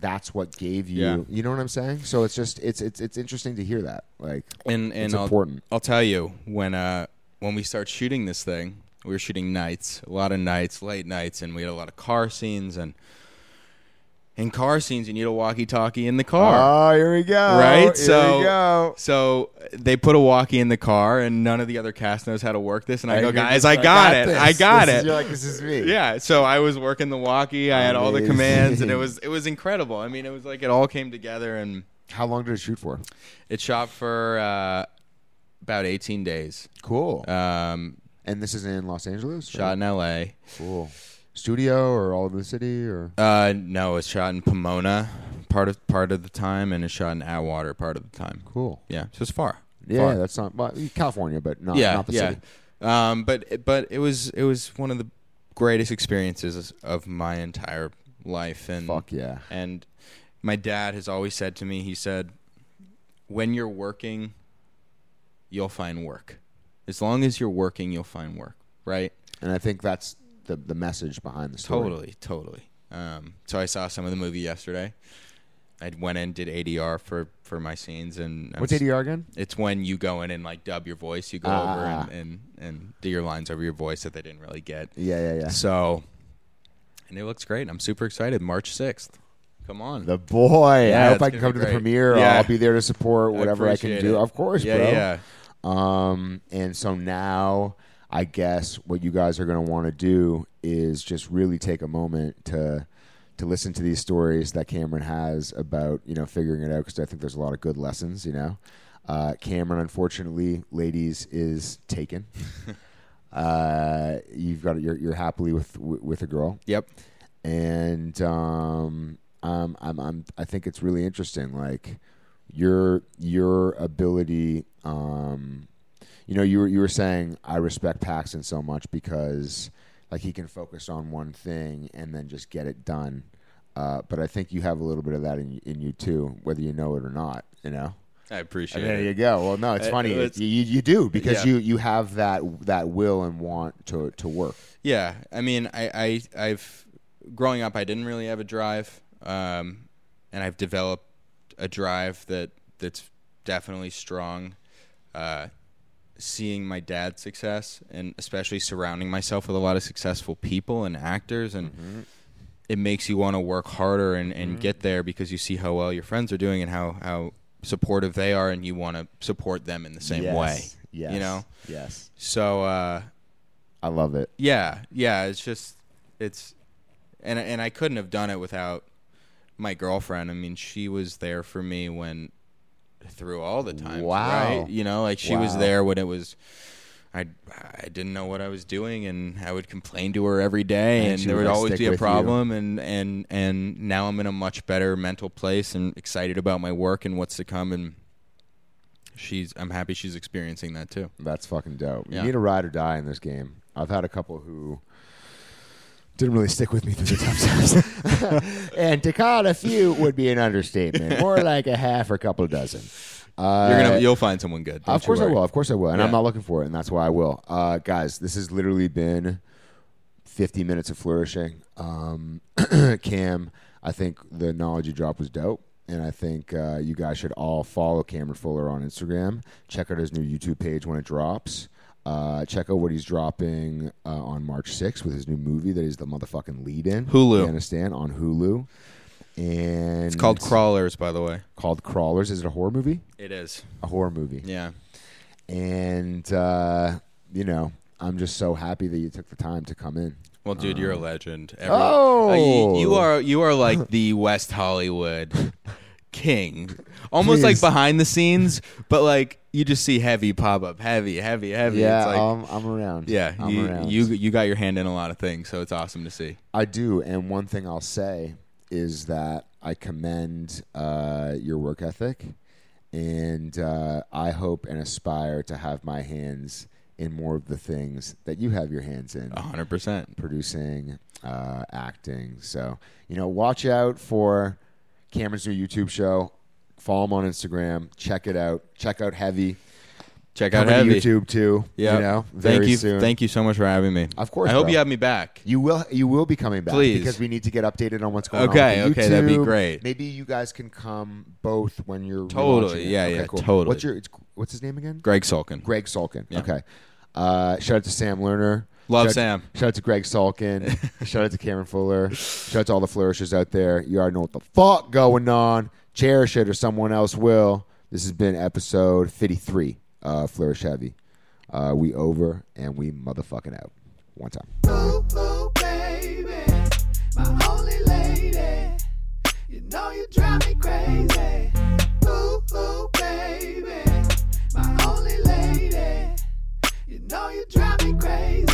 S1: that's what gave you
S5: Yeah.
S1: you know what i'm saying so it's just it's it's it's interesting to hear that like
S5: And and
S1: it's
S5: I'll,
S1: important
S5: I'll tell you when uh when we start shooting this thing, we were shooting nights, a lot of nights, late nights, and we had a lot of car scenes and and car scenes. You need a walkie-talkie in the car.
S1: oh here we go
S5: right?
S1: here
S5: so,
S1: we go
S5: so they put a walkie in the car, and none of the other cast knows how to work this. And I go,
S1: you're
S5: guys,
S1: just
S5: I
S1: like,
S5: got it,
S1: this.
S5: I got
S1: This
S5: it.
S1: is- you're like this is me
S5: yeah, so I was working the walkie. I had all the
S1: Amazing.
S5: commands, and it was it was incredible. I mean, it was like it all came together, and
S1: how long did it shoot for
S5: it shot for uh, about 18 days.
S1: cool
S5: Um,
S1: And this is in Los Angeles?
S5: shot in L.A.
S1: Cool. Studio or all over the city or
S5: Uh, no, it's shot in Pomona part of part of the time, and it's shot in Atwater part of the time.
S1: cool.
S5: Yeah, so it's far.
S1: Yeah,
S5: Far.
S1: that's not well, California, but not,
S5: yeah,
S1: not the
S5: yeah.
S1: city.
S5: Um, but but it was it was one of the greatest experiences of my entire life, and
S1: Fuck yeah.
S5: and my dad has always said to me, he said, when you're working, you'll find work. As long as you're working, you'll find work, right?
S1: And I think that's the the message behind the story.
S5: Totally, totally. Um, so I saw some of the movie yesterday. I went and did ADR for for my scenes, and I'm
S1: What's ADR again?
S5: it's when you go in and like dub your voice. You go
S1: Ah,
S5: over
S1: ah,
S5: and, and and do your lines over your voice that they didn't really get.
S1: Yeah, yeah, yeah.
S5: So, and it looks great. I'm super excited. March sixth. Come on.
S1: The boy.
S5: Yeah,
S1: I hope
S5: it's
S1: I can
S5: gonna
S1: come
S5: be
S1: to the
S5: great.
S1: premiere.
S5: Yeah.
S1: I'll be there to support
S5: I
S1: whatever I, can
S5: appreciate
S1: do.
S5: it.
S1: Of course,
S5: yeah,
S1: bro.
S5: Yeah.
S1: Um, and so now I guess what you guys are going to want to do is just really take a moment to to listen to these stories that Cameron has about you know figuring it out because I think there's a lot of good lessons. You know, uh, Cameron, unfortunately, ladies, is taken. uh, you've got you're you're happily with with a girl
S5: Yep.
S1: and um, um, I'm, I'm, I think it's really interesting. Like your your ability, um, you know, you were you were saying I respect Paxton so much because like he can focus on one thing and then just get it done. Uh, but I think you have a little bit of that in, in you too, whether you know it or not. You know.
S5: I appreciate
S1: And there
S5: it.
S1: you go. Well, no, it's
S5: Uh,
S1: funny.
S5: it's-
S1: you, you, you do because
S5: Yeah.
S1: you, you have that that will and want to to work.
S5: Yeah, I mean, I, I I've growing up, I didn't really have a drive, um, and I've developed a drive that that's definitely strong. uh, seeing my dad's success and especially surrounding myself with a lot of successful people and actors and
S8: Mm-hmm.
S5: it makes you want to work harder and, and get there because you see how well your friends are doing and how, how supportive they are and you want to support them in the same
S8: yes.
S5: way
S8: Yes.
S5: you know
S8: Yes.
S5: so uh,
S1: I love it.
S5: yeah yeah it's just it's and and I couldn't have done it without my girlfriend I mean she was there for me when through all the times
S8: Wow.
S5: right you know like she was
S8: Wow.
S5: there when it was I I didn't know what I was doing and I would complain to her every day and,
S1: she
S5: there
S1: would,
S5: would
S1: like,
S5: always
S1: stick
S5: be a
S1: with you.
S5: problem and and and now I'm in a much better mental place and excited about my work and what's to come and she's I'm happy she's experiencing that too
S1: That's fucking dope.
S5: Yeah.
S1: You need a ride or die in this game. I've had a couple who didn't really stick with me through the tough times. and to call it a few would be an understatement. More like a half or a couple dozen. Uh,
S5: you're gonna you'll find someone good don't
S1: Of
S5: you
S1: course I
S5: worry.
S1: will. Of course I will. And I'm
S5: Yeah.
S1: not looking for it, and that's why I will. Uh, guys, this has literally been 50 minutes of flourishing. Um, Cam, I think the knowledge you dropped was dope. And I think uh, you guys should all follow Cameron Fuller on Instagram. Check out his new YouTube page when it drops. Uh, check out what he's dropping uh, on March 6th with his new movie that he's the motherfucking lead in.
S5: Hulu.
S1: Afghanistan on Hulu. And
S5: It's called Crawlers, by the way.
S1: called Crawlers. Is it a horror movie?
S5: It is.
S1: A horror movie
S5: Yeah.
S1: and uh, you know i'm just so happy that you took the time to come in
S5: Well, dude, you're a legend.
S1: Oh!
S5: Uh, you, you are. You are like the West Hollywood king, almost
S1: Please.
S5: like behind the scenes, but like you just see heavy pop up, heavy, heavy, heavy.
S1: yeah
S5: It's like,
S1: um, i'm around
S5: yeah.
S1: i'm
S5: you,
S1: around
S5: you you got your hand in a lot of things, so it's awesome to see.
S1: i do and one thing i'll say is that i commend uh, your work ethic and uh, i hope and aspire to have my hands in more of the things that you have your hands in
S5: A hundred percent.
S1: producing, uh, acting. So, you know, watch out for Cameron's new YouTube show. Follow him on Instagram. Check it out. Check out Heavy.
S5: Check out
S1: Coming
S5: heavy.
S1: to YouTube too.
S5: Yeah.
S1: You know, very
S5: thank you.
S1: soon.
S5: Thank you so much for having me.
S1: Of course,
S5: I hope
S1: bro.
S5: you have me back.
S1: You will you will be coming back
S5: Please.
S1: because we need to get updated on what's going
S5: Okay,
S1: on. with the
S5: okay, that'd be
S1: YouTube.
S5: great.
S1: Maybe you guys can come both when you're
S5: Totally,
S1: relaunching it.
S5: yeah,
S1: okay,
S5: yeah,
S1: cool.
S5: totally.
S1: What's your it's, what's his name again?
S5: Greg Sulkin.
S1: Greg Salkin.
S5: Yeah.
S1: Okay. Uh, shout out to Sam Lerner.
S5: Love
S1: shout
S5: Sam.
S1: Shout out to Greg Salkin. shout out to Cameron Fuller. Shout out to all the flourishes out there. You already know what the fuck going on. Cherish it or someone else will. This has been episode 53 uh, Flourish Heavy. Uh, we over and we motherfucking out. One time.
S9: Ooh, ooh, baby, my only lady. You know you drive me crazy. Ooh, ooh, baby, my only lady. You know you drive me crazy.